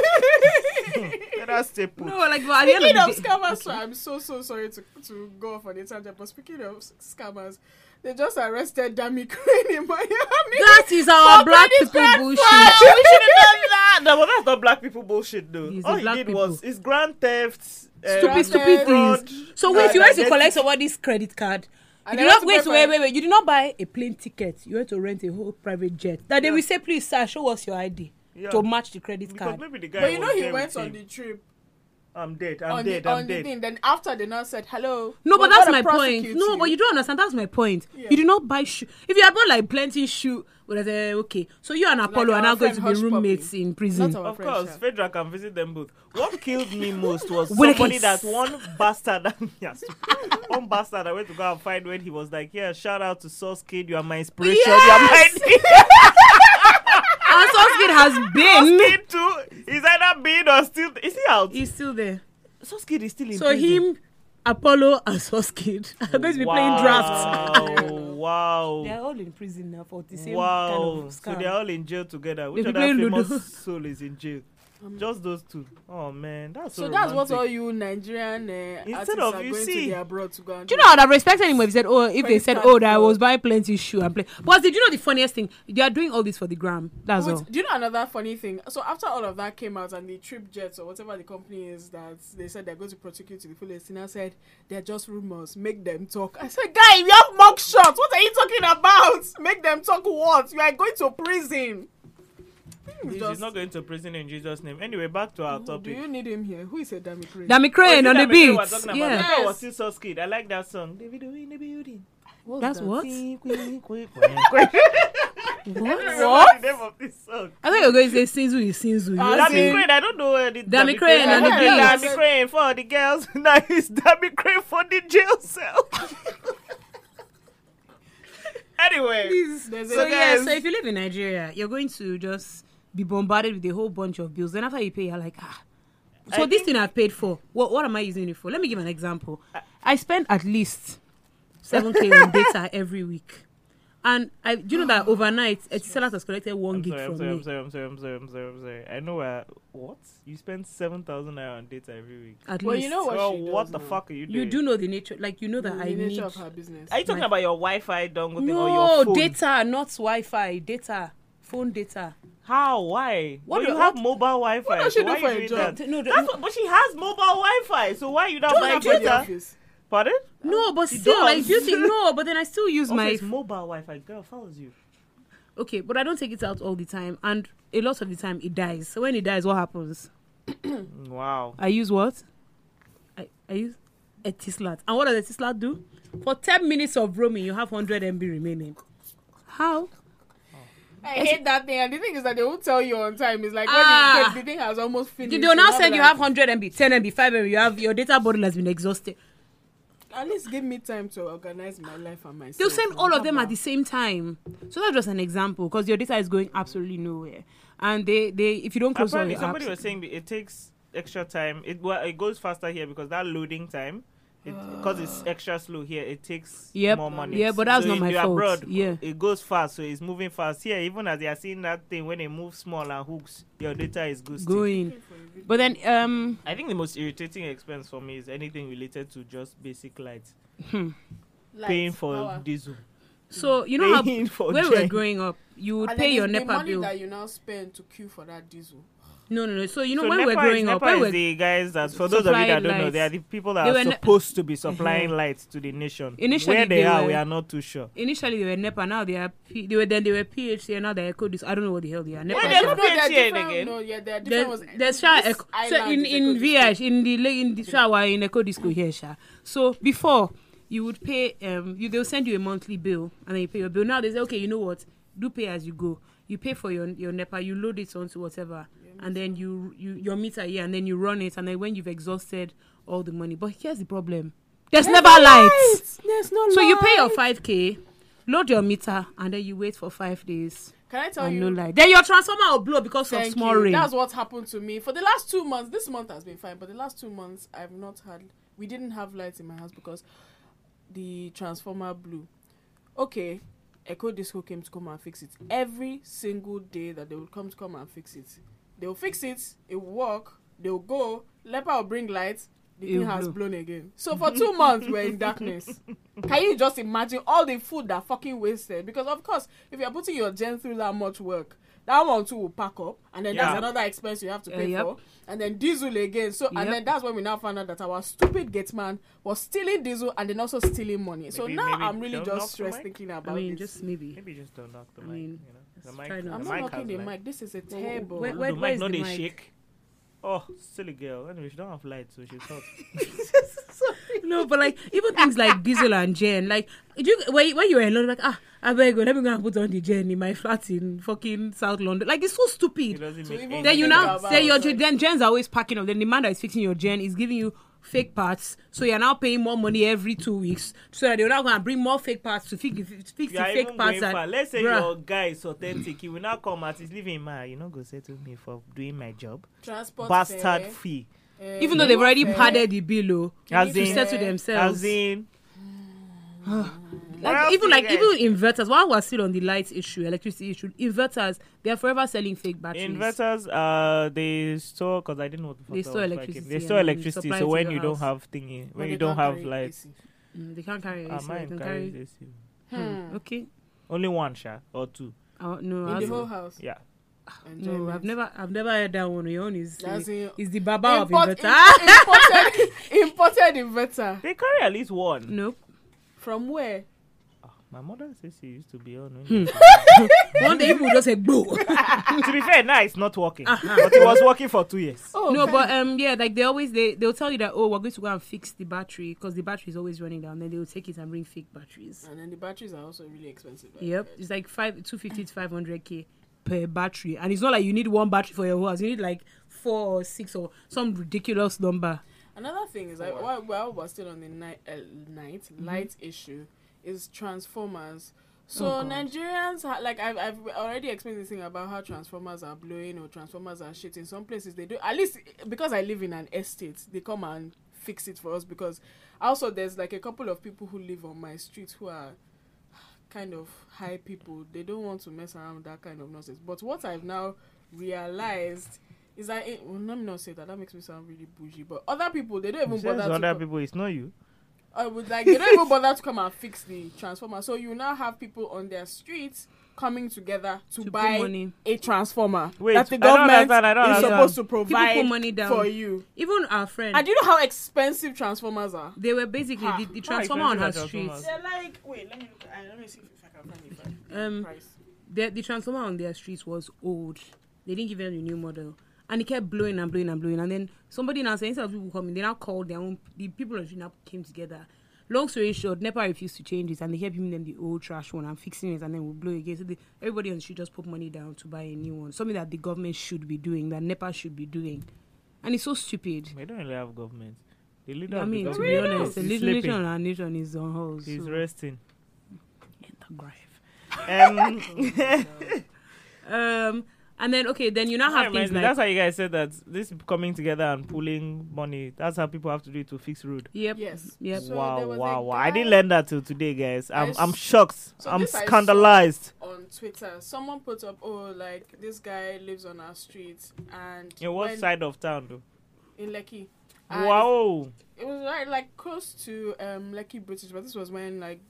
Speaker 2: Better stay put.
Speaker 1: No, like but at the end
Speaker 3: Speaking
Speaker 1: of
Speaker 3: of
Speaker 1: the day,
Speaker 3: scammers, so I'm so so sorry to, to go off on a tangent, but speaking of s- scammers, they just arrested Dami Crane in Miami.
Speaker 1: that is our black people bullshit.
Speaker 2: Ah, we shouldn't have that. No, but that's not black people bullshit, though.
Speaker 1: It's
Speaker 2: All
Speaker 1: the
Speaker 2: he
Speaker 1: black
Speaker 2: did was it's grand uh, thefts,
Speaker 1: Stupid,
Speaker 3: Branded
Speaker 1: stupid things. So wait, you went
Speaker 2: had
Speaker 1: to collect somebody's credit card. You
Speaker 3: And
Speaker 1: did
Speaker 3: I had
Speaker 1: not
Speaker 3: to
Speaker 1: wait,
Speaker 3: pay
Speaker 1: wait,
Speaker 3: for
Speaker 1: wait, wait. You did not buy a plane ticket. You had to rent a whole private jet. That they will say, please, sir, show us your ID
Speaker 2: Yeah.
Speaker 1: to match the credit
Speaker 2: because
Speaker 1: card.
Speaker 2: maybe the guy.
Speaker 3: But you know
Speaker 2: was
Speaker 3: he
Speaker 2: there
Speaker 3: went
Speaker 2: with
Speaker 3: on
Speaker 2: him.
Speaker 3: the trip
Speaker 2: I'm dead. I'm
Speaker 3: on
Speaker 2: dead.
Speaker 3: the
Speaker 2: I'm
Speaker 3: on
Speaker 2: dead.
Speaker 3: the thing. Then after they now said hello.
Speaker 1: No,
Speaker 3: we're
Speaker 1: but that's my
Speaker 3: gonna
Speaker 1: point.
Speaker 3: prosecute
Speaker 1: No, but you don't understand. That's my point. You did not buy shoe. If you had bought like plenty shoe, would have said, okay. So you and Apollo
Speaker 3: our
Speaker 1: are now going
Speaker 3: friend
Speaker 1: to be
Speaker 3: Hush Puppy.
Speaker 1: roommates in prison.
Speaker 3: Not our
Speaker 2: Of
Speaker 3: friend,
Speaker 2: course,
Speaker 3: sha.
Speaker 2: Fedra can visit them both. What killed me most was
Speaker 1: Willikins.
Speaker 2: somebody that one bastard, yes, one bastard I went to go and find when he was like, "Yeah, shout out to Source Kid, you are my inspiration, you are
Speaker 1: Our source kid has
Speaker 2: my
Speaker 1: been.
Speaker 2: kid too." He's either been or still is he out?
Speaker 1: He's still there.
Speaker 2: Source Kid is still in
Speaker 1: So
Speaker 2: prison.
Speaker 1: him, Apollo, and source kid are going to be playing draft.
Speaker 2: Wow, wow.
Speaker 1: They are all in prison now for the same
Speaker 2: wow.
Speaker 1: kind of
Speaker 2: so
Speaker 1: scam.
Speaker 2: they're all in jail together. Which
Speaker 1: They'll be
Speaker 2: other
Speaker 1: playing Ludo. Um,
Speaker 2: famous soul is in jail? Just those two. Oh man, that's so.
Speaker 3: So that's what
Speaker 2: romantic.
Speaker 3: all you Nigerian uh, artists
Speaker 2: of
Speaker 3: are
Speaker 2: you
Speaker 3: going
Speaker 2: see-
Speaker 3: to the abroad to go and
Speaker 1: Do you know I would have respected him if he said, "Oh, if they
Speaker 3: Credit
Speaker 1: said,
Speaker 3: card
Speaker 1: oh, that I
Speaker 3: fraud.
Speaker 1: was buying plenty shoe and play." But did you know the funniest thing? They are doing all this for the gram. That's
Speaker 3: Wait,
Speaker 1: all.
Speaker 3: do you know another funny thing? So after all of that came out and the trip jets or whatever the company is that they said they're going to prosecute to the fullest, and I said they're just rumors. Make them talk. I said, guy, you have mug shots. What are you talking about? Make them talk. What? You are going to prison. Hmm,
Speaker 2: He's
Speaker 3: just-
Speaker 2: not going to prison in Jesus' name. Anyway, back to our
Speaker 3: do
Speaker 2: topic.
Speaker 3: you need him here? Who is a damn priest?
Speaker 1: Dami Crane on the
Speaker 2: beat.
Speaker 1: beat. Yeah,
Speaker 2: I
Speaker 3: Yes.
Speaker 2: was still so scared. I like that song. Davido in the building.
Speaker 3: What's
Speaker 1: that's
Speaker 3: that?
Speaker 1: what.
Speaker 2: Quick, quick, quick, quick. I
Speaker 1: What?
Speaker 2: remember
Speaker 3: What?
Speaker 2: the name of this song.
Speaker 1: I thought you were going to say Sinzu is Sinzu. You
Speaker 3: Ah,
Speaker 1: just
Speaker 2: Dami
Speaker 3: in-
Speaker 2: Crane, I don't know where the
Speaker 1: Dami Crane
Speaker 3: and the
Speaker 2: Yeah,
Speaker 3: Beats.
Speaker 2: Dami Crane for the girls. now it's Dami Crane for the jail cell. anyway,
Speaker 3: There's
Speaker 1: So
Speaker 3: a,
Speaker 1: yeah, so if you live in Nigeria, you're going to just be bombarded with a whole bunch of bills. Then after you pay, you're like, ah. So
Speaker 2: I
Speaker 1: this
Speaker 2: think-
Speaker 1: thing I've paid for, what what am I using it for? Let me give an example. I spend at least seven k on data every week, and I do you know that overnight, Etisalat has collected one
Speaker 2: I'm
Speaker 1: gig
Speaker 2: sorry,
Speaker 1: from
Speaker 2: I'm sorry, I'm
Speaker 1: me
Speaker 2: sorry, I'm sorry, I'm sorry, I'm sorry, I'm sorry. I know where. What? You spend 7,000 naira on data every week.
Speaker 1: at
Speaker 3: well,
Speaker 1: least.
Speaker 3: you know what?
Speaker 2: Well,
Speaker 3: she does
Speaker 2: what the
Speaker 3: now?
Speaker 2: fuck are you doing?
Speaker 1: you do know the nature, like you know that
Speaker 3: The
Speaker 1: I
Speaker 3: nature
Speaker 1: need
Speaker 3: of her business.
Speaker 2: Are you talking
Speaker 1: My-
Speaker 2: about your Wi-Fi dongle thing or your
Speaker 1: no
Speaker 2: phone?
Speaker 1: data, not Wi-Fi, data, phone data.
Speaker 2: How? Why?
Speaker 1: What
Speaker 2: What
Speaker 1: do-
Speaker 2: you have
Speaker 1: what-
Speaker 2: mobile Wi-Fi?
Speaker 3: What does
Speaker 2: so
Speaker 3: she do
Speaker 2: why
Speaker 3: for
Speaker 2: you
Speaker 3: a
Speaker 2: doing
Speaker 3: job?
Speaker 2: that?
Speaker 1: D- no, the-
Speaker 2: That's what, but she has mobile Wi-Fi. So why you not
Speaker 3: Don't
Speaker 2: buy
Speaker 3: go to the
Speaker 2: data?
Speaker 3: office.
Speaker 2: Pardon?
Speaker 1: No, but
Speaker 2: You
Speaker 1: still, like
Speaker 2: don't.
Speaker 1: do you think no? But then I still use
Speaker 2: Also,
Speaker 1: my
Speaker 2: it's mobile Wi-Fi. Girl follows you.
Speaker 1: okay, but I don't take it out all the time, and a lot of the time it dies. So when it dies, what happens?
Speaker 2: Wow.
Speaker 1: I use what? I, I use Etislat. And what does Etislat do? For 10 minutes of roaming, you have 100 MB remaining. How?
Speaker 3: I hate that thing. And the thing is that they won't tell you on time. It's like when
Speaker 1: Ah.
Speaker 3: the, the thing has almost finished.
Speaker 1: They will now
Speaker 3: You'll
Speaker 1: said
Speaker 3: be
Speaker 1: you
Speaker 3: like,
Speaker 1: have 100 MB, 10 MB, 5 MB. You have your data bundle has been exhausted.
Speaker 3: At least give me time to organize my life and myself.
Speaker 1: They'll send all of them at the same time. So that's just an example because your data is going absolutely nowhere. And they, they if you don't close all
Speaker 2: Apparently,
Speaker 1: your
Speaker 2: somebody
Speaker 1: apps,
Speaker 2: was saying it takes extra time. It well, it goes faster here because that loading time. Because it's extra slow here, it takes
Speaker 1: Uh. Yep.
Speaker 2: more money.
Speaker 1: Yeah, but that's
Speaker 2: so
Speaker 1: not
Speaker 2: in
Speaker 1: my
Speaker 2: the
Speaker 1: fault.
Speaker 2: Abroad,
Speaker 1: Yeah.
Speaker 2: it goes fast, so it's moving fast. Here, even as they are seeing that thing, when they move small and hooks, your data is good. still.
Speaker 1: going. But then, um,
Speaker 2: I think the most irritating expense for me is anything related to just basic lights. Paying for diesel.
Speaker 1: so you know how
Speaker 2: Paying for
Speaker 1: when we were
Speaker 2: gen.
Speaker 1: growing up, you would
Speaker 3: And
Speaker 1: pay
Speaker 3: then
Speaker 1: your
Speaker 3: it's the
Speaker 1: NEPA
Speaker 3: money
Speaker 1: bill.
Speaker 3: that you now spend to queue for that diesel.
Speaker 1: No, no, no. So you know
Speaker 2: so
Speaker 1: when we
Speaker 2: NEPA
Speaker 1: were
Speaker 2: is-
Speaker 1: growing up,
Speaker 2: NEPA
Speaker 1: when
Speaker 2: is
Speaker 1: we were
Speaker 2: the guys that for those of you
Speaker 1: Supply
Speaker 2: that don't know,
Speaker 1: lights.
Speaker 2: they are the people that
Speaker 1: They
Speaker 2: are
Speaker 1: were ne-
Speaker 2: supposed to be supplying lights to the nation.
Speaker 1: Initially,
Speaker 2: Where they,
Speaker 1: they
Speaker 2: are,
Speaker 1: were-
Speaker 2: we are not too sure.
Speaker 1: Initially they were NEPA, now they are P- they were then they were PHC and now they're ECODIS. I don't know what the hell they are. NEPA.
Speaker 2: Why
Speaker 1: is
Speaker 2: they
Speaker 1: NEPA.
Speaker 2: not
Speaker 3: there are
Speaker 2: PHN
Speaker 3: different-
Speaker 2: again?
Speaker 3: No, yeah, there are different
Speaker 1: There's,
Speaker 3: ones.
Speaker 1: there's sha
Speaker 3: This
Speaker 1: eco- eh, so
Speaker 3: island
Speaker 1: in
Speaker 3: is
Speaker 1: in
Speaker 3: ecodisco.
Speaker 1: VH in the la- in the shower in ECODISCO here sha. So before you would pay um you they'll send you a monthly bill and then you pay your bill. Now they say okay you know what do pay as you go. You pay for your your NEPA, you load it onto whatever, and then you you your meter here, and then you run it, and then when you've exhausted all the money. But here's the problem: there's, never lights.
Speaker 3: There's no
Speaker 1: So you pay your
Speaker 3: light.
Speaker 1: 5k load your meter and then you wait for five days
Speaker 3: Can I tell
Speaker 1: and
Speaker 3: you?
Speaker 1: no lie then your transformer will blow because of
Speaker 3: Thank
Speaker 1: small
Speaker 3: you.
Speaker 1: rain
Speaker 3: That's what happened to me for the last two months. This month has been fine, but the last two months I've not had. We didn't have lights in my house because the transformer blew. Okay, Echo Disco came to come and fix it every single day that they would come to come and fix it. They will fix it. It will work. They will go. Leper will bring lights. The
Speaker 1: It
Speaker 3: thing
Speaker 1: will
Speaker 3: has
Speaker 1: blow.
Speaker 3: blown again. So for two months we're in darkness. Can you just imagine all the food that fucking wasted? Because of course, if you're putting your gen through that much work, that one too will pack up, and then
Speaker 2: Yeah.
Speaker 3: that's another expense you have to
Speaker 1: Uh,
Speaker 3: pay
Speaker 1: yep.
Speaker 3: for, and then diesel again. So
Speaker 1: Yep.
Speaker 3: and then that's when we now found out that our stupid gate man was stealing diesel and then also stealing money. so
Speaker 2: Maybe-
Speaker 3: now
Speaker 2: maybe
Speaker 3: I'm really
Speaker 2: don't knock
Speaker 3: just
Speaker 2: the
Speaker 3: stressed
Speaker 2: mic?
Speaker 3: thinking
Speaker 1: i
Speaker 3: about
Speaker 1: mean
Speaker 3: this.
Speaker 1: just maybe
Speaker 2: Maybe just don't knock the
Speaker 1: I
Speaker 2: mic.
Speaker 1: mean,
Speaker 2: you know,
Speaker 1: let's
Speaker 2: the mic.
Speaker 1: try
Speaker 2: the
Speaker 1: not-
Speaker 3: I'm
Speaker 2: mic
Speaker 3: not
Speaker 2: has
Speaker 3: knocking the
Speaker 2: light.
Speaker 3: mic. This is a
Speaker 1: where-
Speaker 3: table.
Speaker 1: where-
Speaker 2: No,
Speaker 1: Where-
Speaker 2: the
Speaker 1: where
Speaker 2: mic
Speaker 1: is
Speaker 2: no
Speaker 1: the
Speaker 2: dey
Speaker 1: mic?
Speaker 2: shake. Oh, silly girl. Anyway, she don't have light, so she's hot.
Speaker 1: no but like even things like diesel and gen like do you when, when you were in london like ah i better go let me go and put on the gen in my flat in fucking south london like it's so
Speaker 2: It
Speaker 1: stupid
Speaker 2: doesn't
Speaker 3: So
Speaker 2: make
Speaker 3: even
Speaker 2: any
Speaker 1: then you
Speaker 3: Think
Speaker 1: now
Speaker 3: about
Speaker 1: say your
Speaker 3: outside.
Speaker 1: then gens are always packing up. Then the man that is fixing your gen is giving you fake parts, so you're now paying more money every two weeks. So that they're now gonna bring more fake parts to fix, fix the
Speaker 2: you are
Speaker 1: fake
Speaker 2: even
Speaker 1: parts.
Speaker 2: going
Speaker 1: That,
Speaker 2: far. Let's say
Speaker 1: bruh.
Speaker 2: your guy is authentic. He will now come at his living man. You know, go settle me for doing my job.
Speaker 3: Transport
Speaker 2: Bastard
Speaker 3: fare,
Speaker 2: fee.
Speaker 3: eh,
Speaker 1: even though they've already
Speaker 3: fare.
Speaker 1: padded the bill, oh,
Speaker 2: As
Speaker 1: to
Speaker 2: in,
Speaker 1: settle
Speaker 2: as
Speaker 1: themselves.
Speaker 2: in,
Speaker 1: Like,
Speaker 2: Well,
Speaker 1: even
Speaker 2: you
Speaker 1: like
Speaker 2: guys-
Speaker 1: even inverters. While we're still on the light issue, electricity issue, inverters they are forever selling fake batteries.
Speaker 2: Inverters, uh, they store because I didn't know what the fuck
Speaker 1: They
Speaker 2: that
Speaker 1: store
Speaker 2: was
Speaker 1: electricity
Speaker 2: fucking- They
Speaker 1: and
Speaker 2: store
Speaker 1: then they
Speaker 2: electricity,
Speaker 1: supply
Speaker 2: so
Speaker 1: to
Speaker 2: when
Speaker 1: your
Speaker 2: you don't
Speaker 1: house.
Speaker 2: have thingy,
Speaker 3: But
Speaker 2: when
Speaker 3: they
Speaker 2: you don't
Speaker 3: can't
Speaker 2: have
Speaker 3: carry
Speaker 2: lights,
Speaker 3: AC.
Speaker 1: Mm, they can't carry.
Speaker 2: ah,
Speaker 1: so they
Speaker 2: mine
Speaker 1: can
Speaker 2: carries
Speaker 1: carry.
Speaker 2: AC.
Speaker 3: Hmm.
Speaker 1: Okay.
Speaker 2: Only one, sha, or two.
Speaker 1: Oh, no,
Speaker 3: In
Speaker 1: I
Speaker 3: the
Speaker 1: was-
Speaker 3: whole house.
Speaker 2: Yeah,
Speaker 1: no, I've
Speaker 3: Enjoyment.
Speaker 1: never, I've never heard that one. Your own is,
Speaker 3: That's in-
Speaker 1: is the Baba
Speaker 3: Import-
Speaker 1: of inverter.
Speaker 3: imported, imported inverter.
Speaker 2: they carry at least one.
Speaker 1: nope.
Speaker 3: From where?
Speaker 2: Ah, my mother's AC used to be on.
Speaker 1: Hmm.
Speaker 2: when you-
Speaker 1: One day people will just say boo.
Speaker 2: to be fair, now it's not working, but it was working for two years.
Speaker 3: Oh,
Speaker 1: no,
Speaker 3: thank
Speaker 1: but um, yeah, like they always they they'll tell you that oh we're going to go and fix the battery because the battery is always running down. Then they will take it and bring fake batteries.
Speaker 3: And then the batteries are also really expensive. right?
Speaker 1: Yep, it's like five two fifty to five hundred k per battery, and it's not like you need one battery for your whole house. You need like four or six or some ridiculous number.
Speaker 3: Another thing is, like, while, while we're still on the night, uh, night
Speaker 1: Mm-hmm.
Speaker 3: light issue, is transformers. So
Speaker 1: Oh, God.
Speaker 3: Nigerians, ha- like I've, I've already explained this thing about how transformers are blowing or transformers are shit. In some places they do. At least because I live in an estate, they come and fix it for us. Because also there's like a couple of people who live on my street who are kind of high people. They don't want to mess around with that kind of nonsense. But what I've now realized is that it, well, let me not say that. That makes me sound really bougie. But other people, they don't even
Speaker 2: It says
Speaker 3: bother. To
Speaker 2: other
Speaker 3: co-
Speaker 2: people, it's not you.
Speaker 3: I would like they don't even bother to come and fix the transformer. So you now have people on their streets coming together to,
Speaker 1: To put
Speaker 3: buy
Speaker 1: money.
Speaker 3: a transformer
Speaker 2: Wait,
Speaker 3: that the
Speaker 2: I don't
Speaker 3: government
Speaker 2: understand, I don't
Speaker 3: is
Speaker 2: understand.
Speaker 3: supposed to
Speaker 1: People
Speaker 3: provide
Speaker 1: put money down.
Speaker 3: for you.
Speaker 1: Even our friend,
Speaker 3: And do you know how expensive transformers are?
Speaker 1: they were basically
Speaker 3: Ha,
Speaker 1: the, the transformer on her
Speaker 2: expensive are
Speaker 1: street.
Speaker 2: transformers?
Speaker 3: They're like, wait, let me look. At, let me see if I can find it.
Speaker 1: Um,
Speaker 3: price.
Speaker 1: the, the transformer on their streets was old. They didn't give them the new model. And it kept blowing and blowing and blowing. And then somebody now said, instead of people coming, they now called their own, the people on the street now came together. Long story short, NEPA refused to change it and they kept giving them the old trash one and fixing it and then we'll blow again. So they, everybody on the street just put money down to buy a new one. Something that the government should be doing, that NEPA should be doing. And it's so stupid.
Speaker 2: We don't really have government. The leader
Speaker 1: I
Speaker 2: of the
Speaker 1: mean, to be
Speaker 2: government
Speaker 1: honest, the
Speaker 2: is
Speaker 1: legislation
Speaker 2: sleeping.
Speaker 1: on our nation is on hold.
Speaker 2: He's
Speaker 1: so-
Speaker 2: resting.
Speaker 1: in the grave.
Speaker 2: Um,
Speaker 1: Um, and then, okay, then you now
Speaker 2: that
Speaker 1: have
Speaker 2: reminds
Speaker 1: things
Speaker 2: me,
Speaker 1: like.
Speaker 2: that's how you guys said that this coming together and pulling money. That's how people have to do it to fix road.
Speaker 1: Yep.
Speaker 3: Yes.
Speaker 1: Yep.
Speaker 3: So
Speaker 2: wow,
Speaker 3: there was a
Speaker 2: wow, wow! I
Speaker 3: guy-
Speaker 2: didn't learn that till today, guys. I'm,
Speaker 3: I
Speaker 2: I'm
Speaker 3: s-
Speaker 2: shocked.
Speaker 3: So
Speaker 2: I'm
Speaker 3: this I saw-
Speaker 2: scandalized.
Speaker 3: On Twitter, someone put up, oh, like this guy lives on our street, and
Speaker 2: In what
Speaker 3: when-
Speaker 2: side of town, though?
Speaker 3: in Lekki. And
Speaker 2: Wow!
Speaker 3: it was right like close to um Lekki British, but this was when like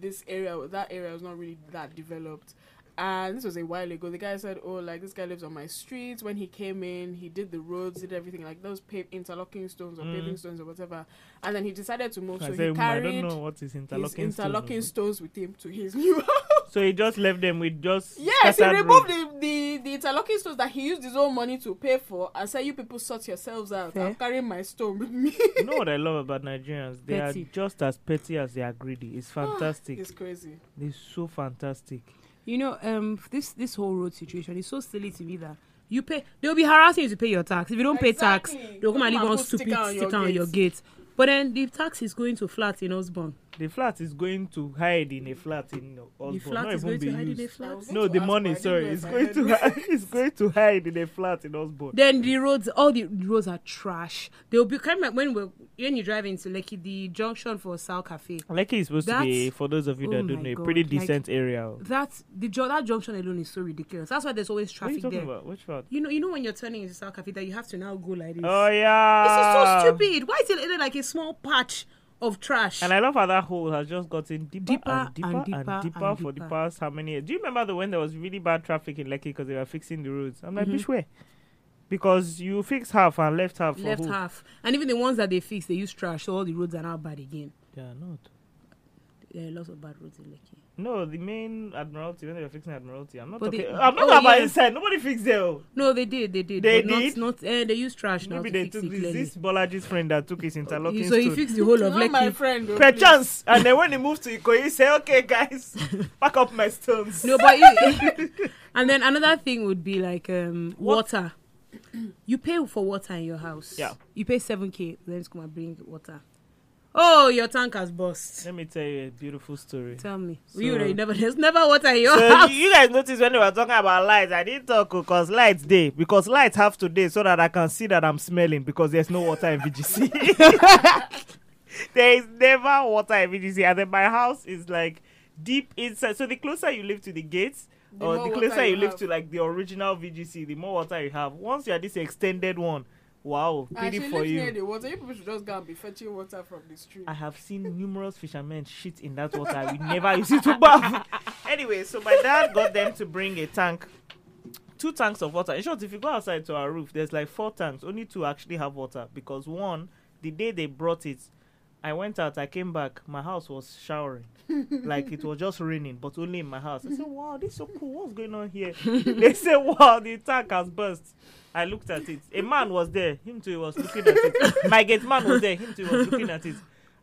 Speaker 3: this area that area was not really that developed. And this was a while ago. The guy said, "Oh, like this guy lives on my street." When he came in, he did the roads, did everything like those pave interlocking stones or
Speaker 2: Mm.
Speaker 3: paving stones or whatever. And then he decided to move,
Speaker 2: I,
Speaker 3: so
Speaker 2: said,
Speaker 3: he
Speaker 2: "Hmm, I don't
Speaker 3: carried
Speaker 2: know what is
Speaker 3: his
Speaker 2: interlocking. stone."
Speaker 3: interlocking stones with him to his new house.
Speaker 2: So he just left them with just
Speaker 3: Yes, he
Speaker 2: scattered
Speaker 3: removed
Speaker 2: road.
Speaker 3: the, the, the interlocking stones that he used his own money to pay for and said, You people sort yourselves out.
Speaker 1: Fair.
Speaker 3: I'm carrying my stone with me.
Speaker 2: You know what I love about Nigerians? They
Speaker 1: Petty.
Speaker 2: are just as petty as they are greedy. It's fantastic.
Speaker 3: Ah, it's crazy.
Speaker 2: They're so fantastic.
Speaker 1: You know, um, this this whole road situation is so silly to me that you pay. They'll be harassing you to pay your tax. If you don't pay tax,
Speaker 3: Exactly.
Speaker 1: they'll come and leave
Speaker 3: Come and
Speaker 1: one
Speaker 3: put sticker
Speaker 1: stupid
Speaker 3: on your
Speaker 1: sticker on your gate. But But then the tax is going to flat in Osborne.
Speaker 2: the flat is going to hide in a flat in Osborne.
Speaker 1: The flat
Speaker 2: not
Speaker 1: is
Speaker 2: even
Speaker 1: going
Speaker 2: be
Speaker 1: to hide
Speaker 2: used.
Speaker 1: in a flat.
Speaker 2: no, the money, sorry, it's going to hide, it's going to hide in a flat in Osborne.
Speaker 1: Then the roads, all the roads are trash. They'll be kind of like when we when you drive into Lekki, the junction for Sal Cafe.
Speaker 2: Lekki is supposed to be,
Speaker 1: That's-
Speaker 2: for those of you that
Speaker 1: oh
Speaker 2: don't
Speaker 1: my
Speaker 2: know, a
Speaker 1: God,
Speaker 2: pretty
Speaker 1: like-
Speaker 2: decent area. What
Speaker 1: That the ju- that junction alone is so ridiculous. That's why there's always
Speaker 2: are you
Speaker 1: traffic
Speaker 2: talking
Speaker 1: there.
Speaker 2: about? Which flat?
Speaker 1: You know, you know when you're turning into Sal Cafe that you have to now go like this.
Speaker 2: Oh yeah,
Speaker 1: This is so stupid. Why is it only like a small patch of trash?
Speaker 2: And I love how that hole has just gotten deeper,
Speaker 1: Deeper
Speaker 2: and, deeper and
Speaker 1: and
Speaker 2: deeper
Speaker 1: deeper and
Speaker 2: for the
Speaker 1: deeper.
Speaker 2: past how many years? Do you remember the when there was really bad traffic in Lekki because they were fixing the roads? I'm
Speaker 1: Mm-hmm.
Speaker 2: like, which way? Because you fix half and left half for
Speaker 1: left
Speaker 2: who?
Speaker 1: half, and even the ones that they fix, they use trash, so all the roads are now bad again.
Speaker 2: They are not.
Speaker 1: There are lots of bad roads in Lekki.
Speaker 2: No, the main Admiralty when they were fixing Admiralty. I'm not
Speaker 1: But
Speaker 2: talking.
Speaker 1: they-
Speaker 2: I'm not
Speaker 1: oh,
Speaker 2: talking about
Speaker 1: yeah.
Speaker 2: inside. Nobody fixed there. oh.
Speaker 1: No, they did, they did.
Speaker 2: They
Speaker 1: but not-
Speaker 2: did?
Speaker 1: Not, eh, they use trash now
Speaker 2: Maybe
Speaker 1: to
Speaker 2: they
Speaker 1: fix
Speaker 2: took
Speaker 1: it
Speaker 2: this,
Speaker 1: clearly.
Speaker 2: this Bolaji's friend that took his interlocking
Speaker 1: He- so he
Speaker 2: stone.
Speaker 1: fixed the whole of
Speaker 3: Not my
Speaker 1: Lekki.
Speaker 3: friend. oh, please.
Speaker 2: Perchance, and then when he moved to Ikoyi, he said, "Okay, guys, pack up my stones."
Speaker 1: No, but it, and then another thing would be like um,
Speaker 2: What-
Speaker 1: water. You pay for water in your house.
Speaker 2: Yeah.
Speaker 1: You pay seven k. Let's come and bring water. Oh, your tank has burst.
Speaker 2: Let me tell you a beautiful story.
Speaker 1: Tell me,
Speaker 2: So-
Speaker 1: you know, you never there's never water in your
Speaker 2: so
Speaker 1: house.
Speaker 2: you, you guys notice when they were talking about lights, I didn't talk because lights day because lights have to day so that I can see that I'm smelling because there's no water in VGC. there is never water in VGC, and then my house is like deep inside. So the closer you live to the gates. or
Speaker 3: The more
Speaker 2: the
Speaker 3: water
Speaker 2: closer you
Speaker 3: you
Speaker 2: live
Speaker 3: have.
Speaker 2: to like the original VGC, the more water you have. Once you are this extended one, wow,
Speaker 3: I
Speaker 2: pity
Speaker 3: should
Speaker 2: for
Speaker 3: live near
Speaker 2: you.
Speaker 3: the water. You people should just go and be fetching water from the street.
Speaker 1: Ah,
Speaker 2: I have seen numerous fishermen shit in that water. We never use it to bath. anyway, so my dad got them to bring a tank, two tanks of water. In short, if you go outside to our roof, there's like four tanks. Only two actually have water because one, the day they brought it, I went out, I came back, my house was showering. like it was just raining, but only in my house. I said, Wow, this is so cool. What's going on here? they said, Wow, the tank has burst. I looked at it. A man was there. Him too he was looking at it. My gate man was there. Him too he was looking at it.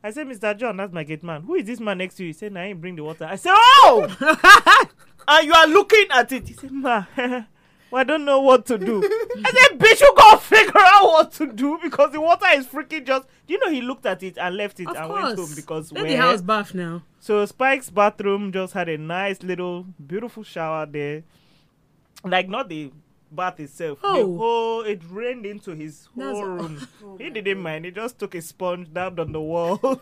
Speaker 2: I said, Mr. John, that's my gate man. Who is this man next to you? He said, nah, I ain't bring the water. I said, Oh! and you are looking at it. He said, Ma, well, I don't know what to do. I said, Bitch, you gotta figure out what to do because the water is freaking just. Do you know he looked at it and left it
Speaker 1: Of
Speaker 2: and
Speaker 1: course.
Speaker 2: went home because
Speaker 1: Let
Speaker 2: we're
Speaker 1: the house bath now.
Speaker 2: so Spike's bathroom just had a nice little beautiful shower there. Like not the bath itself. The
Speaker 1: Oh.
Speaker 2: whole it rained into his
Speaker 1: That's-
Speaker 2: whole room.
Speaker 3: Oh
Speaker 2: he
Speaker 3: my
Speaker 2: didn't mind. He just took a sponge dabbed on the wall.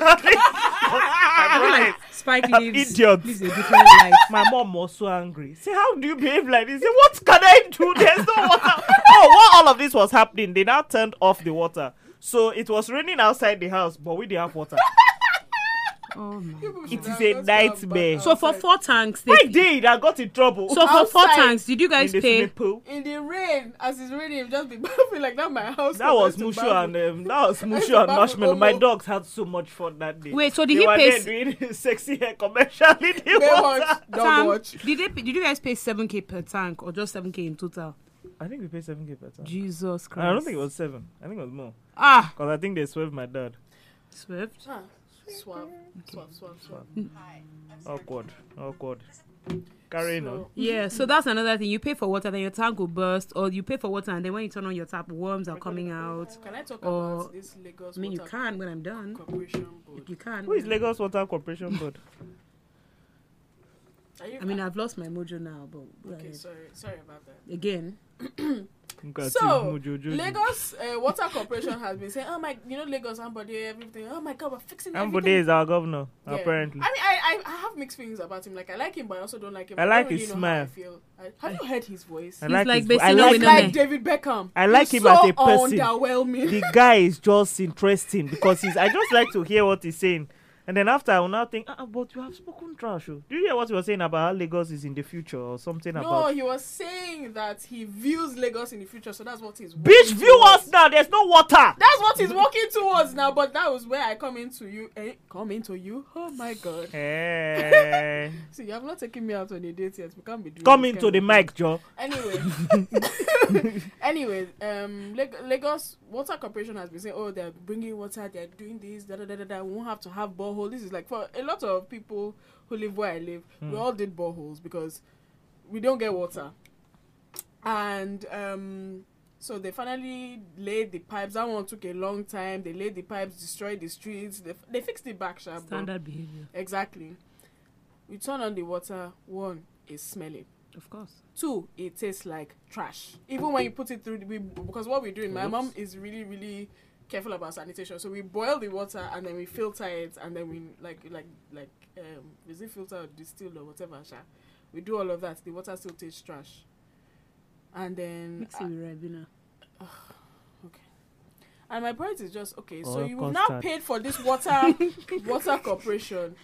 Speaker 1: I feel like Spike
Speaker 2: I'm
Speaker 1: lives,
Speaker 2: idiot.
Speaker 1: lives a different life.
Speaker 2: My mom was so angry. Say, how do you behave like this? Say, what can I do? There's no water. oh, while all of this was happening, they now turned off the water. So it was raining outside the house, but we didn't have water.
Speaker 1: Oh my.
Speaker 3: People
Speaker 2: It
Speaker 3: should
Speaker 2: is
Speaker 3: have
Speaker 2: a
Speaker 3: just gone back
Speaker 2: nightmare.
Speaker 1: So for
Speaker 3: outside.
Speaker 1: four tanks, they,
Speaker 2: I did. I got in trouble.
Speaker 1: so for four
Speaker 3: Outside.
Speaker 1: tanks, did you
Speaker 2: in
Speaker 1: guys
Speaker 2: the
Speaker 1: pay?
Speaker 2: swimming pool.
Speaker 3: in the rain as it's raining you just be baffling like that my house
Speaker 2: That was
Speaker 3: compared to
Speaker 2: Mushu and
Speaker 3: Baffin.
Speaker 2: um, that was Mushu
Speaker 3: to
Speaker 2: and
Speaker 3: Baffin
Speaker 2: Marshmallow. My
Speaker 3: Omo.
Speaker 2: dogs had so much fun that day.
Speaker 1: Wait, so
Speaker 2: they
Speaker 1: did he
Speaker 2: were
Speaker 1: pay?
Speaker 2: there
Speaker 1: s-
Speaker 2: doing sexy hair commercial in the
Speaker 3: Bear
Speaker 2: water.
Speaker 3: watch, dog
Speaker 1: Sam,
Speaker 3: watch.
Speaker 1: did they? pay- Did you guys pay seven k per tank or just seven k in total?
Speaker 2: I think we paid seven k per time.
Speaker 1: Jesus Christ!
Speaker 2: I don't think it was seven. I think it was more.
Speaker 1: Ah,
Speaker 2: Cause I think they swerved my dad.
Speaker 1: swift.
Speaker 3: Ah, swab, swab, swab, swab.
Speaker 2: Awkward, awkward. Carrying on.
Speaker 3: So,
Speaker 1: Yeah, so that's another thing. You pay for water, then your tank will burst, or you pay for water, and then when you turn on your tap, worms are coming out.
Speaker 3: can I talk
Speaker 1: Or-
Speaker 3: about this Lagos
Speaker 1: I mean, you
Speaker 3: Water
Speaker 1: can when I'm done.
Speaker 3: Corporation board?
Speaker 1: You can.
Speaker 2: Who is Lagos Water Corporation Board?
Speaker 3: Are you,
Speaker 1: I mean, I've lost my mojo now, but go
Speaker 3: okay,
Speaker 1: ahead.
Speaker 3: sorry, sorry about that.
Speaker 1: again,
Speaker 2: Nkati,
Speaker 3: So,
Speaker 2: Mujojoji.
Speaker 3: Lagos uh, Water Corporation has been saying, "Oh my, you know Lagos Ambode, everything. Oh my God, we're fixing
Speaker 2: Ambode
Speaker 3: everything."
Speaker 2: is our governor,
Speaker 3: Yeah.
Speaker 2: apparently.
Speaker 3: I mean, I, I I have mixed feelings about him. Like I like him, but I also don't like him.
Speaker 2: I
Speaker 3: don't
Speaker 2: like
Speaker 3: really
Speaker 2: his
Speaker 3: know how I
Speaker 2: smile.
Speaker 3: feel. I, have you heard his voice?
Speaker 2: I
Speaker 1: He's
Speaker 2: like
Speaker 1: like
Speaker 2: his vo- I
Speaker 1: Basino
Speaker 2: like
Speaker 3: He's like
Speaker 1: Winome.
Speaker 3: David Beckham.
Speaker 2: I like
Speaker 3: He's
Speaker 2: him as
Speaker 3: so
Speaker 2: a person.
Speaker 3: Underwhelming.
Speaker 2: the guy is just interesting because he's I just like to hear what he's saying. And then after I will now think, ah, but you have spoken trash. oh." Do you hear what you were saying about how Lagos is in the future or something
Speaker 3: No,
Speaker 2: about
Speaker 3: he was saying that he views Lagos in the future, so that's what he's.
Speaker 2: Bitch
Speaker 3: working
Speaker 2: view
Speaker 3: towards.
Speaker 2: us now, there's no water.
Speaker 3: That's what he's working towards now. But that was where I come into you. Eh, come into you. Oh my God!
Speaker 2: Eh,
Speaker 3: See, you have not taken me out on a date yet. We can't be doing.
Speaker 2: Come
Speaker 3: this
Speaker 2: into
Speaker 3: kind
Speaker 2: the
Speaker 3: of
Speaker 2: mic, Joe.
Speaker 3: Anyway, anyway, um, Lag- Lagos Water Corporation has been saying, oh, they're bringing water, they're doing this, da da da da. da. We won't have to have borehole. This is like for a lot of people who live where I live. We all did boreholes because we don't get water, and um, So they finally laid the pipes. That one took a long time. They laid the pipes, destroyed the streets. They, f- they fixed it back sharp. but-
Speaker 1: Standard behavior,
Speaker 3: Exactly. You turn on the water. One is smelly.
Speaker 1: of course.
Speaker 3: Two, it tastes like trash. Even when you put it through, the, we, because what we do, my mom is really, really careful about sanitation. So we boil the water and then we filter it and then we like, like, like, um, is it filter or distilled or whatever? Sha? We do all of that. The water still tastes trash. And then,
Speaker 1: Mix it with Ribena.
Speaker 3: and my point is just okay. so
Speaker 2: Or
Speaker 3: you have now
Speaker 2: custard.
Speaker 3: paid for this water, water corporation,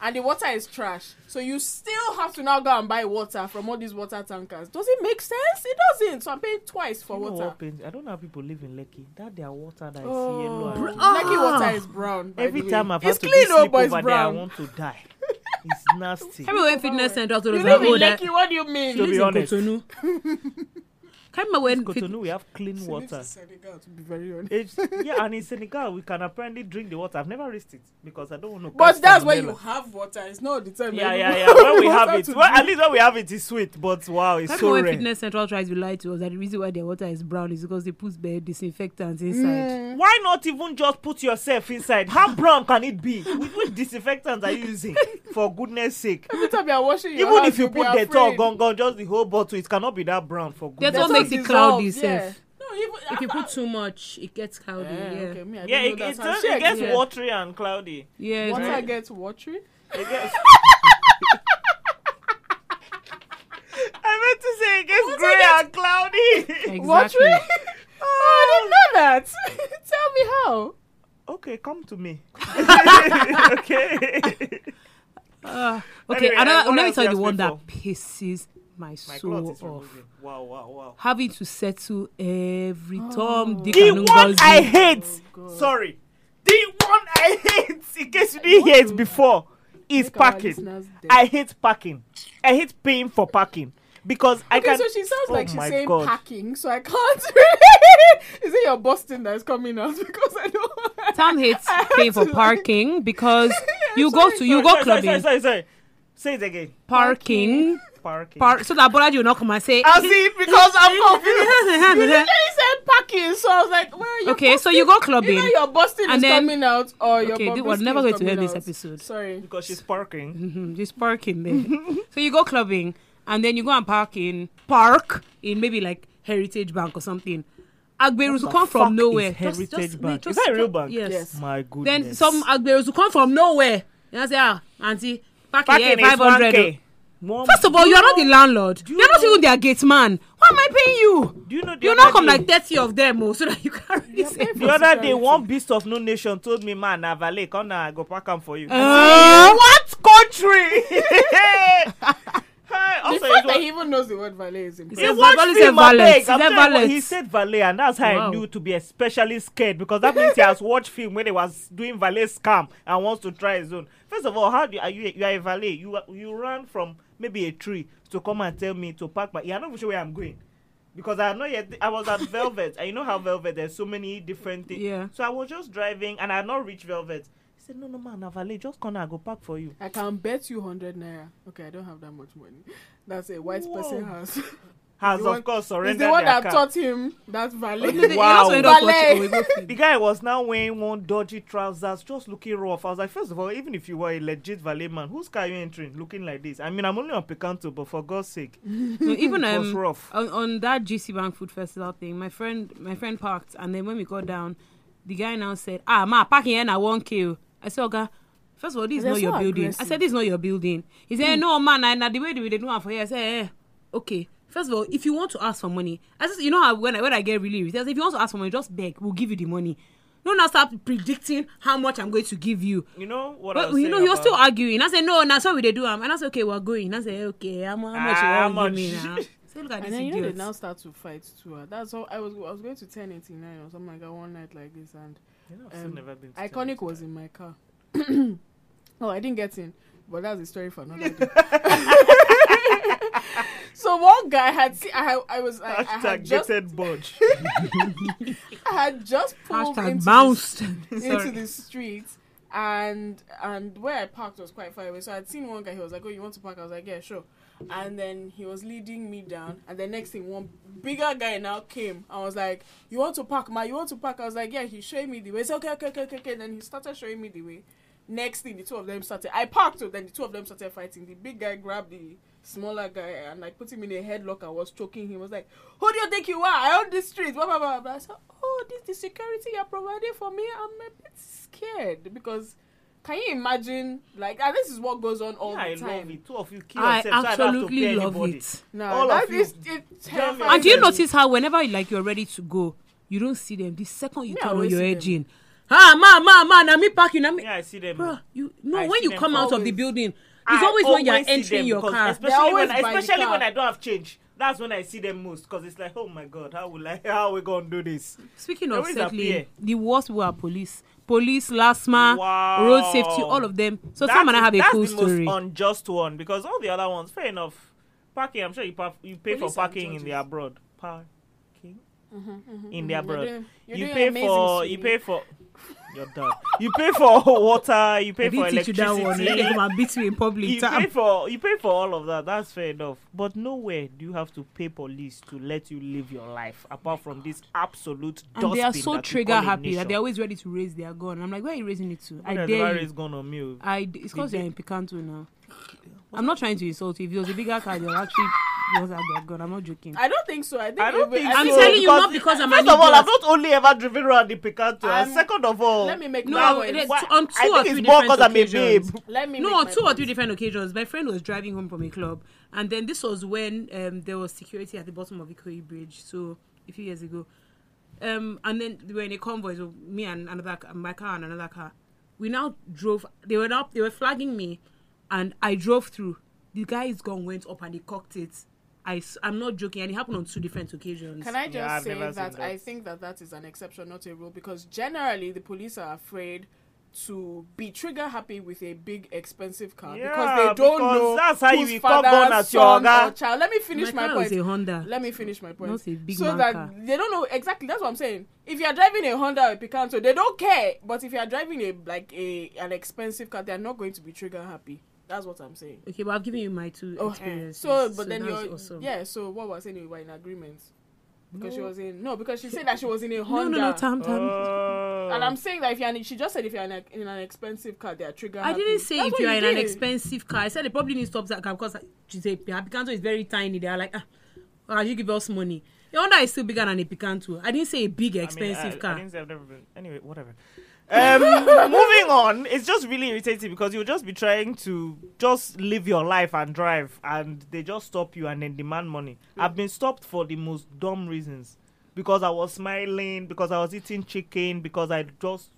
Speaker 3: and the water is trash. So you still have to now go and buy water from all these water tankers. Does it make sense? It doesn't. So I'm paying twice for
Speaker 2: You know
Speaker 3: water.
Speaker 2: what pains- I don't know how people live in Lekki. That their water that is
Speaker 3: Oh,
Speaker 2: yellow. and red.
Speaker 3: Lucky water is brown. by
Speaker 2: Every
Speaker 3: the way.
Speaker 2: time I've
Speaker 3: it's
Speaker 2: had to
Speaker 3: clean,
Speaker 2: do
Speaker 3: oh,
Speaker 2: sleep
Speaker 3: but it's
Speaker 2: over there, I
Speaker 3: brown.
Speaker 2: want to die. It's nasty.
Speaker 1: Everywhere fitness center told
Speaker 3: You
Speaker 1: us that,
Speaker 3: live in
Speaker 1: oh, that
Speaker 3: Lekki. What do you mean?
Speaker 2: To be honest,
Speaker 1: Cotonou. Can't remember when fit-
Speaker 2: Cotonou, we have clean water.
Speaker 3: to be very honest.
Speaker 2: It's, yeah, and in Senegal, we can apparently drink the water. I've never risked it because I don't want to.
Speaker 3: But
Speaker 2: catch
Speaker 3: that's where
Speaker 2: salmonella.
Speaker 3: you have water. It's not the time.
Speaker 2: Yeah,
Speaker 3: that
Speaker 2: yeah,
Speaker 3: you-
Speaker 2: yeah. When we
Speaker 3: water
Speaker 2: have it,
Speaker 3: to
Speaker 2: well, at least when we have it, it's sweet. But wow, it's
Speaker 1: Can't
Speaker 2: so
Speaker 1: remember when
Speaker 2: rare.
Speaker 1: fitness central tries to lie to us that the reason why their water is brown is because they put bare disinfectants
Speaker 3: Mm.
Speaker 1: inside.
Speaker 2: Why not even just put yourself inside? How brown can it be? With which disinfectant are you using? For goodness sake.
Speaker 3: Every time you're washing your
Speaker 2: Even
Speaker 3: house,
Speaker 2: if you
Speaker 3: you'll be
Speaker 2: put the top
Speaker 3: afraid.
Speaker 2: gongon, just the whole bottle, it cannot be that brown for
Speaker 1: That's
Speaker 2: goodness
Speaker 1: what
Speaker 3: That's
Speaker 1: makes it
Speaker 3: what
Speaker 1: cloudy,
Speaker 3: dissolves, yeah.
Speaker 1: safe.
Speaker 3: No, even Eh,
Speaker 1: If you put too much, it gets cloudy. Yeah, yeah.
Speaker 3: okay, me, I
Speaker 2: Yeah,
Speaker 3: don't
Speaker 2: it,
Speaker 3: know that
Speaker 2: it,
Speaker 3: sound.
Speaker 2: turns-
Speaker 3: She
Speaker 2: it gets
Speaker 3: explain.
Speaker 2: watery and cloudy.
Speaker 1: it's
Speaker 3: Water
Speaker 1: very-
Speaker 3: gets watery.
Speaker 2: It gets... I meant to say it gets grey and cloudy.
Speaker 1: exactly.
Speaker 3: Watery? oh, I didn't know that. Tell me how.
Speaker 2: okay, come to me. okay.
Speaker 1: Ah, okay,
Speaker 2: Anyway,
Speaker 1: another, let
Speaker 2: what
Speaker 1: me
Speaker 2: else
Speaker 1: tell
Speaker 2: you
Speaker 1: you the
Speaker 2: ask
Speaker 1: one
Speaker 2: me
Speaker 1: that
Speaker 2: for?
Speaker 1: pisses my,
Speaker 2: My cloth
Speaker 1: soul
Speaker 2: is
Speaker 1: off.
Speaker 3: oh.
Speaker 2: removing. Wow, wow, wow.
Speaker 1: Having to settle every Tom,
Speaker 3: Oh.
Speaker 1: Dick,
Speaker 2: The
Speaker 1: and
Speaker 2: one
Speaker 1: Ngozi.
Speaker 2: I hate.
Speaker 3: God.
Speaker 2: Sorry. The one I hate, in case you didn't hear it before, is
Speaker 3: Make our
Speaker 2: parking.
Speaker 3: listeners dead.
Speaker 2: I hate parking. I hate paying for parking because I
Speaker 3: Okay,
Speaker 2: can.
Speaker 3: so she sounds
Speaker 2: Oh
Speaker 3: like she's
Speaker 2: my
Speaker 3: saying
Speaker 2: God.
Speaker 3: packing, so I can't. really- is it your Boston that's coming out? Because I don't.
Speaker 1: Tom hates paying for
Speaker 3: to like-
Speaker 1: parking because you go
Speaker 3: sorry,
Speaker 1: to you
Speaker 2: Sorry,
Speaker 1: go
Speaker 2: sorry, sorry,
Speaker 1: clubbing
Speaker 2: Sorry, sorry, sorry. Say it again.
Speaker 1: parking
Speaker 2: Parking.
Speaker 1: park so that Bolaji will not come and say
Speaker 2: As if because I'm confused.
Speaker 3: You literally said packing, so I was like, well, you
Speaker 1: okay so you go clubbing
Speaker 3: Either your Boston
Speaker 1: And
Speaker 3: is
Speaker 1: then-
Speaker 3: coming out or your
Speaker 1: Okay,
Speaker 3: okay,
Speaker 1: th- we're
Speaker 3: Bobrisky
Speaker 1: never
Speaker 3: is
Speaker 1: going to
Speaker 3: coming
Speaker 1: end this
Speaker 3: out.
Speaker 1: episode.
Speaker 3: Sorry.
Speaker 2: Because she's parking.
Speaker 1: Mhm, just parking there so you go clubbing and then you go and park in park in maybe like Heritage Bank or something Agberus will
Speaker 2: the
Speaker 1: come
Speaker 2: fuck
Speaker 1: from
Speaker 2: is
Speaker 1: nowhere
Speaker 2: Heritage
Speaker 1: just,
Speaker 2: Bank?
Speaker 1: just,
Speaker 2: Is that a real bank?
Speaker 1: yes,
Speaker 3: Yes.
Speaker 2: My goodness.
Speaker 1: then some Agberus will come from nowhere and I say ah auntie parking here
Speaker 2: parking is
Speaker 1: 500
Speaker 2: 1K. One-
Speaker 1: First of all, you are not the landlord. You,
Speaker 2: you
Speaker 1: are not
Speaker 2: know-
Speaker 1: even their gate man. Why am I paying you?
Speaker 2: Do you know the
Speaker 1: You
Speaker 2: other
Speaker 1: not come
Speaker 2: day-
Speaker 1: like 30 of them oh, so that you can really say.
Speaker 2: The other day, one beast of no nation told me, "Man, na valet, come now, I go pack am for you."
Speaker 1: Uh,
Speaker 2: what country? Hey,
Speaker 3: The
Speaker 2: also,
Speaker 3: fact
Speaker 2: it
Speaker 3: that
Speaker 2: was-
Speaker 3: he even knows the word valet is impressive.
Speaker 1: said
Speaker 2: it was
Speaker 1: valet, he said
Speaker 2: film,
Speaker 1: valet,
Speaker 2: abeg.
Speaker 1: he
Speaker 2: I'm
Speaker 1: said
Speaker 2: telling you,
Speaker 1: valet.
Speaker 2: He said valet, and that's how
Speaker 1: Wow.
Speaker 2: I knew to be especially scared because that means he has watched film when he was doing valet scam and wants to try his own. First of all, how do you, are you? You are a valet. You are- you ran from maybe a tree to come and tell me to pack my. Yeah, I'm not even sure where I'm going. Because I had not yet, I was at Velvet, and you know how Velvet, there's so many different things.
Speaker 1: Yeah.
Speaker 2: So I was just driving, and I had not reached Velvet. He said, "No, no, man, na valet, just come now, I go pack for you."
Speaker 3: I can bet you 100 naira. Okay, I don't have that much money. That's a white person
Speaker 2: Whoa.
Speaker 3: house.
Speaker 2: Has
Speaker 3: The
Speaker 2: of
Speaker 3: one-
Speaker 2: course
Speaker 3: It's
Speaker 2: surrendered
Speaker 3: the one
Speaker 2: their
Speaker 3: that
Speaker 2: car.
Speaker 3: taught him that valet.
Speaker 1: They
Speaker 2: Wow.
Speaker 1: also end up
Speaker 3: Valet.
Speaker 1: watching Oyibo
Speaker 2: The
Speaker 1: film.
Speaker 2: guy was now wearing one dodgy trousers, just looking rough. I was like, first of all, even if you were a legit valet man, whose car are you entering looking like this? I mean, I'm only on Picanto, but for God's sake, it
Speaker 1: No, Even
Speaker 2: was
Speaker 1: um,
Speaker 2: rough.
Speaker 1: on, on that GC Bank Food Festival thing, my friend my friend parked and then when we got down, the guy now said, Ah ma parking here na one kill. I said, Oga, first of all, this is
Speaker 3: They're
Speaker 1: not your
Speaker 3: so
Speaker 1: building. I
Speaker 3: aggressive. Hmm.
Speaker 1: said, This is not your building. He said, No man, I na the way they dey do am for here. I said, eh, okay. First of all, if you want to ask for money, I just you know how when I when I get really irritated, I say, if you want to ask for money, just beg, we'll give you the money. No, now start predicting how much I'm going to give you.
Speaker 2: You know what I
Speaker 1: But
Speaker 2: was
Speaker 1: you know,
Speaker 2: saying
Speaker 1: he was still
Speaker 2: about-
Speaker 1: arguing. I said, no, that's how we dey do am. And I said, okay, we're going. And I said, okay, how, mu- how much
Speaker 2: Ah,
Speaker 1: you
Speaker 2: how
Speaker 1: want to give me
Speaker 2: much?
Speaker 1: now? So look at
Speaker 3: And
Speaker 1: this
Speaker 3: then you know they
Speaker 1: idiot.
Speaker 3: now start to fight too. ah. That's how I was. I was going to 1089 or something like that one night like this, and
Speaker 2: You know, I've still
Speaker 3: um,
Speaker 2: never been to
Speaker 3: Iconic
Speaker 2: Trinidad.
Speaker 3: was in my car. oh, I didn't get in, but that's a story for another day. so one guy had see, I, I was I, I had
Speaker 2: Hashtag
Speaker 3: just
Speaker 2: dated budge.
Speaker 3: I had just pulled into
Speaker 1: Hashtag
Speaker 3: the-
Speaker 1: bounced.
Speaker 3: into the street and and where I parked was quite far away. So I'd seen one guy, he was like, Oh, you want to park? I was like, Yeah, sure. and then he was leading me down and the next thing one bigger guy now came i was like you want to park ma you want to park i was like yeah he's showing me the way it's okay okay okay okay, okay. And then he started showing me the way next thing the two of them started i parked so then the two of them started fighting the big guy grabbed the smaller guy and like put him in a headlock and was choking him I was like who do you think you are i own this street blah blah blah blah i said oh this the security you're providing for me i'm a bit scared because can you imagine like and this is what goes on all
Speaker 2: yeah, I
Speaker 3: the
Speaker 2: love
Speaker 3: time
Speaker 2: it. Two of you kill
Speaker 1: I
Speaker 2: yourself, so I don't have to
Speaker 1: absolutely
Speaker 2: pay
Speaker 1: love
Speaker 2: anybody.
Speaker 1: it.
Speaker 3: no
Speaker 2: All
Speaker 3: that
Speaker 2: of you.
Speaker 3: is it terrifies
Speaker 2: me.
Speaker 1: And do you
Speaker 3: me.
Speaker 1: notice how whenever like you're ready to go, you don't see them. The second you
Speaker 3: Me, I
Speaker 1: turn on
Speaker 3: always
Speaker 1: your
Speaker 3: see
Speaker 1: edge
Speaker 3: them.
Speaker 1: in, ah ma ma ma, na me parking, na me.
Speaker 2: Yeah, I see them.
Speaker 1: Bruh, you no.
Speaker 2: I
Speaker 1: when
Speaker 2: see
Speaker 1: you
Speaker 2: them
Speaker 1: come out of the
Speaker 3: always.
Speaker 1: building, it's
Speaker 2: I
Speaker 1: always when you're
Speaker 2: always see
Speaker 1: entering
Speaker 2: them
Speaker 1: your
Speaker 2: because
Speaker 1: car.
Speaker 2: Especially, when,
Speaker 3: always by the
Speaker 2: especially
Speaker 3: car.
Speaker 2: when I don't have change. That's when I see them most because it's like, oh my god, how will I? How we gonna do this?
Speaker 1: Speaking
Speaker 2: They
Speaker 1: of
Speaker 2: always
Speaker 1: settling,
Speaker 2: appear.
Speaker 1: the worst were police, police, LASMA,
Speaker 2: Wow.
Speaker 1: road safety, all of them. So Sam and I
Speaker 2: is-
Speaker 1: have a
Speaker 2: that's
Speaker 1: cool
Speaker 2: the
Speaker 1: story.
Speaker 2: most unjust one because all the other ones, fair enough. Parking, I'm sure you, pa- you pay
Speaker 3: Police
Speaker 2: for
Speaker 3: and
Speaker 2: parking in the
Speaker 3: judges.
Speaker 2: abroad. Parking in the
Speaker 3: mhm. You're
Speaker 2: abroad.
Speaker 3: doing- you're
Speaker 2: you
Speaker 3: doing
Speaker 2: pay
Speaker 3: amazing,
Speaker 2: for you
Speaker 3: sweetie.
Speaker 2: pay for. You're done. You pay for water. You
Speaker 1: I
Speaker 2: pay for
Speaker 1: did teach you
Speaker 2: electricity.
Speaker 1: that one. Let them come and beat you in public.
Speaker 2: you
Speaker 1: Sam.
Speaker 2: pay for you pay for all of that. That's fair enough. But nowhere do you have to pay police to let you live your life apart from this absolute.
Speaker 1: and they are so
Speaker 2: dustbin that we call
Speaker 1: trigger
Speaker 2: a
Speaker 1: happy that
Speaker 2: nation.
Speaker 1: they're always ready to raise their gun. I'm like, where are you raising it to?
Speaker 2: Who
Speaker 1: I
Speaker 2: does the
Speaker 1: dare
Speaker 2: virus
Speaker 1: you.
Speaker 2: gone on me. oh,
Speaker 1: I d- it's because
Speaker 2: They
Speaker 1: you're in Picanto now. I'm not trying to insult you. If it was a bigger car, they'll actually was at their gun. I'm not joking.
Speaker 3: I don't think so. I think
Speaker 2: I don't
Speaker 3: every-
Speaker 2: think
Speaker 1: I'm
Speaker 2: so,
Speaker 1: telling you, not because I'm
Speaker 2: First
Speaker 1: an
Speaker 2: of all, I've
Speaker 1: idiot.
Speaker 2: not only ever driven around the Picanto. and
Speaker 3: Um,
Speaker 2: second of all,
Speaker 3: Let me make
Speaker 1: No,
Speaker 3: my
Speaker 1: I-
Speaker 3: point.
Speaker 1: let's-
Speaker 2: why-
Speaker 1: on two
Speaker 2: I
Speaker 1: or
Speaker 2: think
Speaker 1: three
Speaker 2: it's more
Speaker 1: different
Speaker 2: because I'm a
Speaker 1: occasions.
Speaker 2: babe.
Speaker 3: Let me
Speaker 1: no,
Speaker 3: make
Speaker 1: on
Speaker 3: my
Speaker 1: two or
Speaker 3: point.
Speaker 1: three different occasions, my friend was driving home from a club, and then this was when um, there was security at the bottom of Ikoyi Bridge, so a few years ago. Um, and then we were in a convoy, so me and another ca- my car and another car. We now drove. They were up. They were flagging me, and I drove through. The guy's gun went up and he cocked it. I, am not joking, and it happened on two different occasions.
Speaker 3: Can I just
Speaker 2: Yeah, I've
Speaker 3: say
Speaker 2: never
Speaker 3: that,
Speaker 2: seen that.
Speaker 3: I think that that is an exception, not a rule, because generally the police are afraid to be trigger happy with a big expensive car
Speaker 2: Yeah,
Speaker 3: because they don't
Speaker 2: because
Speaker 3: know
Speaker 2: that's how you
Speaker 3: whose
Speaker 2: will come
Speaker 3: father,
Speaker 2: down at your
Speaker 3: son,
Speaker 2: guy.
Speaker 3: or child. Let me finish
Speaker 1: my
Speaker 3: my,
Speaker 1: car
Speaker 3: point.
Speaker 1: was a Honda.
Speaker 3: Let me finish my point.
Speaker 1: Not a big
Speaker 3: so
Speaker 1: man
Speaker 3: that
Speaker 1: car.
Speaker 3: they don't know exactly. That's what I'm saying. If you are driving a Honda or a Picanto, they don't care. But if you are driving a like a an expensive car, they are not going to be trigger happy. That's what I'm saying.
Speaker 1: Okay, well, I've given you my two
Speaker 3: Oh, eh.
Speaker 1: experiences.
Speaker 3: so but then
Speaker 1: that was
Speaker 3: you're
Speaker 1: awesome.
Speaker 3: yeah. So what was saying we were in agreement because she was in no because she said that she was in a
Speaker 1: No,
Speaker 3: Honda.
Speaker 1: no, no, Tam, Tam.
Speaker 2: Oh.
Speaker 3: and I'm saying that if you're in, she just said if you're in, a, in an expensive car, they are trigger.
Speaker 1: I
Speaker 3: happy.
Speaker 1: didn't say
Speaker 3: That's
Speaker 1: if
Speaker 3: what
Speaker 1: you are in an
Speaker 3: did.
Speaker 1: expensive car. I said they probably need to stop that car because she said her Picanto is very tiny. They are like, ah, why you give us money? The Honda is still bigger than a Picanto. I didn't say a big
Speaker 2: I mean,
Speaker 1: expensive
Speaker 2: I,
Speaker 1: car.
Speaker 2: I didn't say I've never been. Anyway, whatever. Um, moving on, it's just really irritating because you'll just be trying to just live your life and drive, and they just stop you and then demand money. I've been stopped for the most dumb reasons because I was smiling, because I was eating chicken, because I just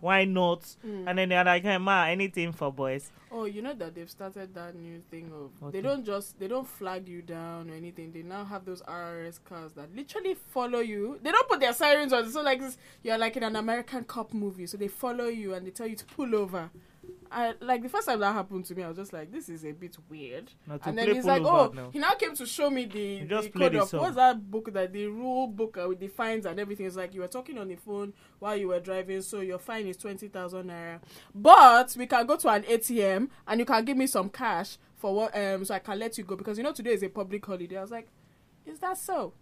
Speaker 2: why not?
Speaker 3: Hmm.
Speaker 2: And then they're like, hey, ma, anything for boys.
Speaker 3: Oh, you know that they've started that new thing of
Speaker 2: What
Speaker 3: they
Speaker 2: thing?
Speaker 3: don't just they don't flag you down or anything. They now have those RRS cars that literally follow you. They don't put their sirens on. So like this, you're like in an American cop movie. So they follow you and they tell you to pull over. I like the first time that happened to me, I was just like, this is a bit weird.
Speaker 2: Now, to
Speaker 3: and then
Speaker 2: play
Speaker 3: he's like,
Speaker 2: pullover
Speaker 3: oh,
Speaker 2: now.
Speaker 3: he now came to show me the,
Speaker 2: You just
Speaker 3: the
Speaker 2: play
Speaker 3: code
Speaker 2: the
Speaker 3: of
Speaker 2: song.
Speaker 3: what's that book that the rule book uh, with the fines and everything. It's like you were talking on the phone while you were driving, so your fine is twenty thousand naira. But we can go to an ATM and you can give me some cash for what, um, so I can let you go because you know today is a public holiday. I was like, is that so,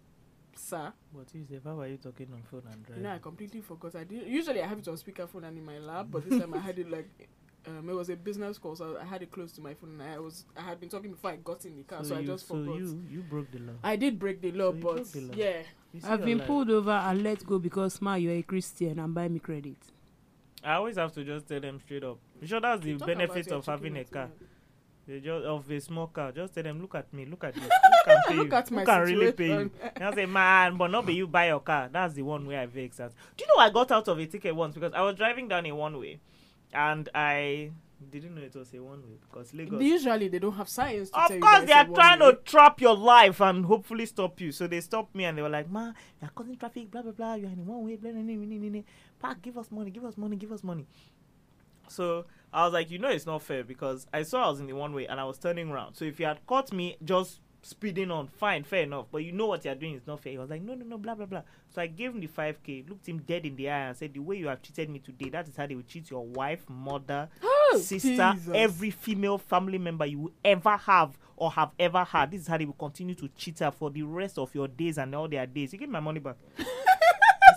Speaker 3: sir?
Speaker 2: What is it? How are you talking on phone and
Speaker 3: You know, I
Speaker 2: driving?
Speaker 3: completely forgot. I did. Usually, I have it on speakerphone and in my lap, but this time I had it like. Um, it was a business call, so I had it close to my phone, and I was I had been talking before I got in the car, so, I
Speaker 2: you,
Speaker 3: just
Speaker 2: so
Speaker 3: forgot.
Speaker 2: you you broke the law.
Speaker 3: I did break the law,
Speaker 2: So you
Speaker 3: but
Speaker 2: broke the law.
Speaker 3: yeah,
Speaker 2: You see
Speaker 1: I've
Speaker 2: your
Speaker 1: been
Speaker 2: life.
Speaker 1: pulled over and let go because, ma, you're a Christian and buy me credit.
Speaker 2: I always have to just tell them straight up. You Sure, that's the
Speaker 3: Talk
Speaker 2: benefit
Speaker 3: about your
Speaker 2: of having a
Speaker 3: chicken
Speaker 2: car.
Speaker 3: as well.
Speaker 2: They just of a small car. Just tell them, look at me, look at this. Who can pay
Speaker 3: Look
Speaker 2: you?
Speaker 3: at
Speaker 2: Who
Speaker 3: my
Speaker 2: can really pay you?
Speaker 3: situation.
Speaker 2: And I say, man, but not be you buy your car. That's the one way I vex at. Do you know I got out of a ticket once because I was driving down a one way, and I didn't know it was a one way because Lagos.
Speaker 3: Usually they don't have science. To tell
Speaker 2: Of
Speaker 3: you
Speaker 2: course,
Speaker 3: that
Speaker 2: they
Speaker 3: it's a
Speaker 2: are trying
Speaker 3: one-way.
Speaker 2: to trap your life and hopefully stop you. So they stopped me and they were like, "Man, you are causing traffic, blah blah blah. You are in one way, blah blah blah, blah blah, blah. Park, give us money, give us money, give us money." So I was like, "You know, it's not fair because I saw I was in the one way and I was turning around. So if you had caught me just speeding on, fine, fair enough. But you know what you are doing is not fair." He was like, "No, no, no, blah blah blah." So I gave him the five k, looked him dead in the eye, and said, "The way you have treated me today, that is how they will treat your wife, mother, sister,
Speaker 3: Jesus.
Speaker 2: every female family member you will ever have or have ever had. This is how they will continue to cheat her for the rest of your days and all their days. You give me my money back. he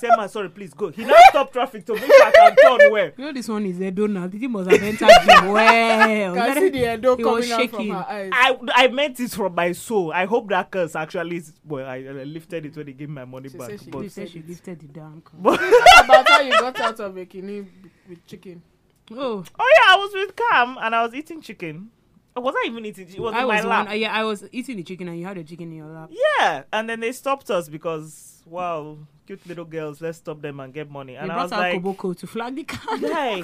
Speaker 2: said, man, sorry, please go. He now stopped traffic to make sure I can turn well.
Speaker 1: You know this one is Edo now. The thing must have entered him well.
Speaker 3: Can see the Edo
Speaker 1: He was
Speaker 3: coming out from
Speaker 1: shaking.
Speaker 3: her eyes.
Speaker 2: I, I meant it from my soul. I hope that curse actually, is- well, I, I lifted it when they gave me my money
Speaker 3: She
Speaker 2: back.
Speaker 3: said she
Speaker 2: but- oh,
Speaker 1: You said she lifted the damn cup.
Speaker 3: Talk about how you got out of a kidney with chicken.
Speaker 1: Oh,
Speaker 2: oh yeah, I was with Cam and I was eating chicken. I wasn't even eating. chi- It was
Speaker 1: I
Speaker 2: in
Speaker 1: was
Speaker 2: my
Speaker 1: the
Speaker 2: lap.
Speaker 1: one. yeah, I was eating the chicken and you had the chicken in your lap.
Speaker 2: Yeah, and then they stopped us because wow, cute little girls, let's stop them and get money. And
Speaker 1: they
Speaker 2: I was
Speaker 1: brought out
Speaker 2: like,
Speaker 1: Koboko to flag the car.
Speaker 2: guy,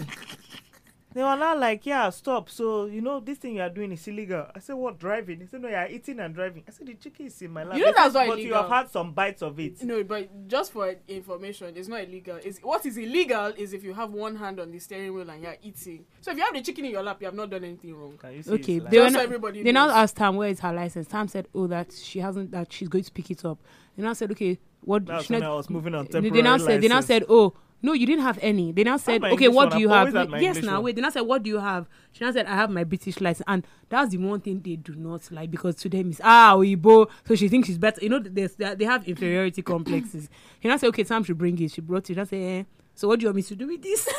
Speaker 2: they were now like, yeah, stop. So you know this thing you are doing is illegal. I said, what driving? They said, no, you are eating and driving. I said, the chicken is in my lap.
Speaker 3: You know
Speaker 2: They said,
Speaker 3: that's not
Speaker 2: but you
Speaker 3: illegal.
Speaker 2: have had some bites of it.
Speaker 3: No, but just for information, it's not illegal. It's, what is illegal is if you have one hand on the steering wheel and you're eating. So if you have the chicken in your lap, you have not done anything wrong.
Speaker 2: Can you see
Speaker 1: Okay,
Speaker 2: his
Speaker 1: they were
Speaker 2: line?
Speaker 3: Just so
Speaker 1: not-
Speaker 3: everybody
Speaker 1: they now
Speaker 3: knows.
Speaker 1: asked Tam where is her license. Tam said, "Oh, that she hasn't. That she's going to pick it up." They now said, "Okay, what?"
Speaker 2: That's
Speaker 1: she
Speaker 2: when
Speaker 1: not-
Speaker 2: I was moving on
Speaker 1: they
Speaker 2: temporary
Speaker 1: they now said, "They now
Speaker 2: license.
Speaker 1: said, oh." No, you didn't have any. They now said,
Speaker 2: my
Speaker 1: "Okay,
Speaker 2: English
Speaker 1: what
Speaker 2: one.
Speaker 1: do
Speaker 2: I've
Speaker 1: you have?"
Speaker 2: always had my
Speaker 1: Yes,
Speaker 2: English
Speaker 1: now
Speaker 2: one.
Speaker 1: wait. They now said, "What do you have?" She now said, "I have my British license," and that's the one thing they do not like because to them is ah Oibo. So she thinks she's better. You know, there's, they have inferiority complexes. She now said, "Okay, Sam should bring it." She brought it. She now said, eh, "So what do you want me to do with this?"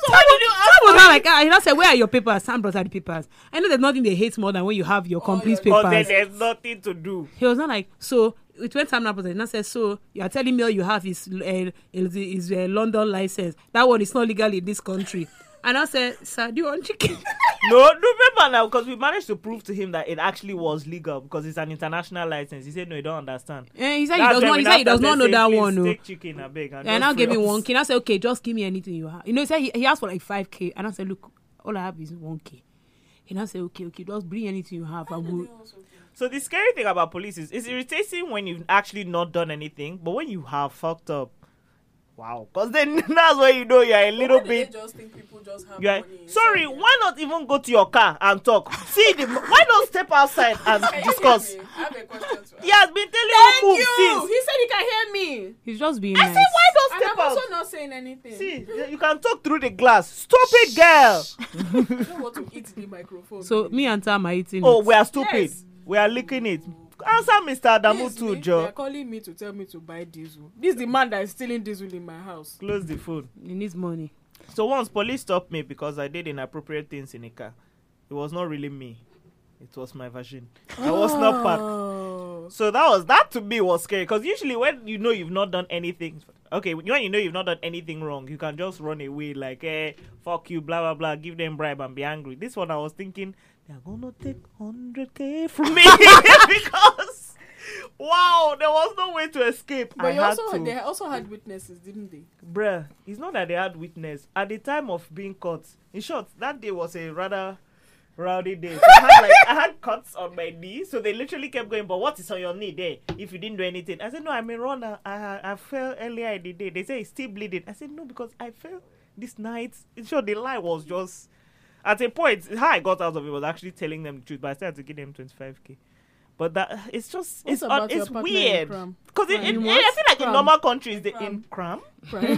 Speaker 1: So what did you ask for? Like, ah, you know, say, where are your papers? Sam brought out the papers. I know there's nothing they hate more than when you have your complete
Speaker 3: yeah.
Speaker 2: But
Speaker 1: papers.
Speaker 2: Oh, then there's nothing to do.
Speaker 1: he was not like, so it went Sam brought out, and I said, so you are telling me all you have is uh, is, is uh, London license. That one is not legal in this country. And I said, sir, do you want chicken?
Speaker 2: No, no, remember now because we managed to prove to him that it actually was legal because it's an international license. He said, no, you don't understand.
Speaker 1: and Eh, he said he
Speaker 2: That's
Speaker 1: does
Speaker 2: why
Speaker 1: not.
Speaker 2: we
Speaker 1: He
Speaker 2: now
Speaker 1: said he does
Speaker 2: started
Speaker 1: not know
Speaker 2: saying,
Speaker 1: that
Speaker 2: "Please
Speaker 1: one. oh. Eh, No.
Speaker 2: Take chicken, I beg.
Speaker 1: And
Speaker 2: And just
Speaker 1: I'll give
Speaker 2: free
Speaker 1: me
Speaker 2: us."
Speaker 1: one k. And I said, okay, just give me anything you have. You know, he said he, he asked for like five k. And I said, look, all I have is one k. And I said, okay, okay, just bring anything you have. And we'll,
Speaker 2: So the scary thing about police is it's irritating when you've actually not done anything, but when you have fucked up, wow. Because then that's when you know you're a little bit.
Speaker 3: just think people just have
Speaker 2: You're sorry. Why not even go to your car and talk? See the. Why not step outside and discuss?
Speaker 3: I have a question to ask.
Speaker 2: He has been telling
Speaker 3: Thank
Speaker 2: you
Speaker 3: you.
Speaker 2: move since.
Speaker 3: He said he can hear me.
Speaker 1: he's just being
Speaker 2: I
Speaker 1: nice.
Speaker 2: said, why not
Speaker 3: And
Speaker 2: step
Speaker 3: I'm
Speaker 2: out?
Speaker 3: also not saying anything.
Speaker 2: See, you can talk through the glass. Stop it, girl.
Speaker 3: I don't want to eat the microphone.
Speaker 1: So me and Tam are eating.
Speaker 2: Oh,
Speaker 1: it.
Speaker 2: we are stupid.
Speaker 3: Yes.
Speaker 2: We are licking it. Answer Mr. Adamu
Speaker 3: This
Speaker 2: too,
Speaker 3: me,
Speaker 2: Joe.
Speaker 3: They're calling me to tell me to buy diesel. This is the man that is stealing diesel in my house.
Speaker 2: Close the phone.
Speaker 1: he needs money.
Speaker 2: So once police stopped me because I did inappropriate things in a car. It was not really me. It was my version. I was not parked.
Speaker 3: Oh.
Speaker 2: So that was that to me was scary because usually when you know you've not done anything, okay, when you know you've not done anything wrong, you can just run away like, eh, fuck you, blah blah blah, give them bribe and be angry. This one I was thinking they're gonna take hundred k from me because wow, there was no way to escape.
Speaker 3: But
Speaker 2: I
Speaker 3: you
Speaker 2: had
Speaker 3: also
Speaker 2: to
Speaker 3: they also had witnesses, didn't they?
Speaker 2: bruh, it's not that they had witness. At the time of being caught, in short, that day was a rather rowdy day. So I had like I had cuts on my knee, so they literally kept going. But what is on your knee there? If you didn't do anything, I said no, I'm a runner. I I fell earlier in the day. They say it's still bleeding. I said no because I fell this night. In short, the lie was just. At a point, how I got out of it was actually telling them the truth, but I still had to give them twenty five k. But that it's just
Speaker 3: What
Speaker 2: it's un-
Speaker 3: about your
Speaker 2: it's
Speaker 3: partner in
Speaker 2: weird
Speaker 3: crime?
Speaker 2: because it, it,
Speaker 3: In
Speaker 2: I
Speaker 3: what?
Speaker 2: feel like in
Speaker 3: Crime.
Speaker 2: normal countries they
Speaker 3: Crime.
Speaker 2: in crime
Speaker 3: Crime.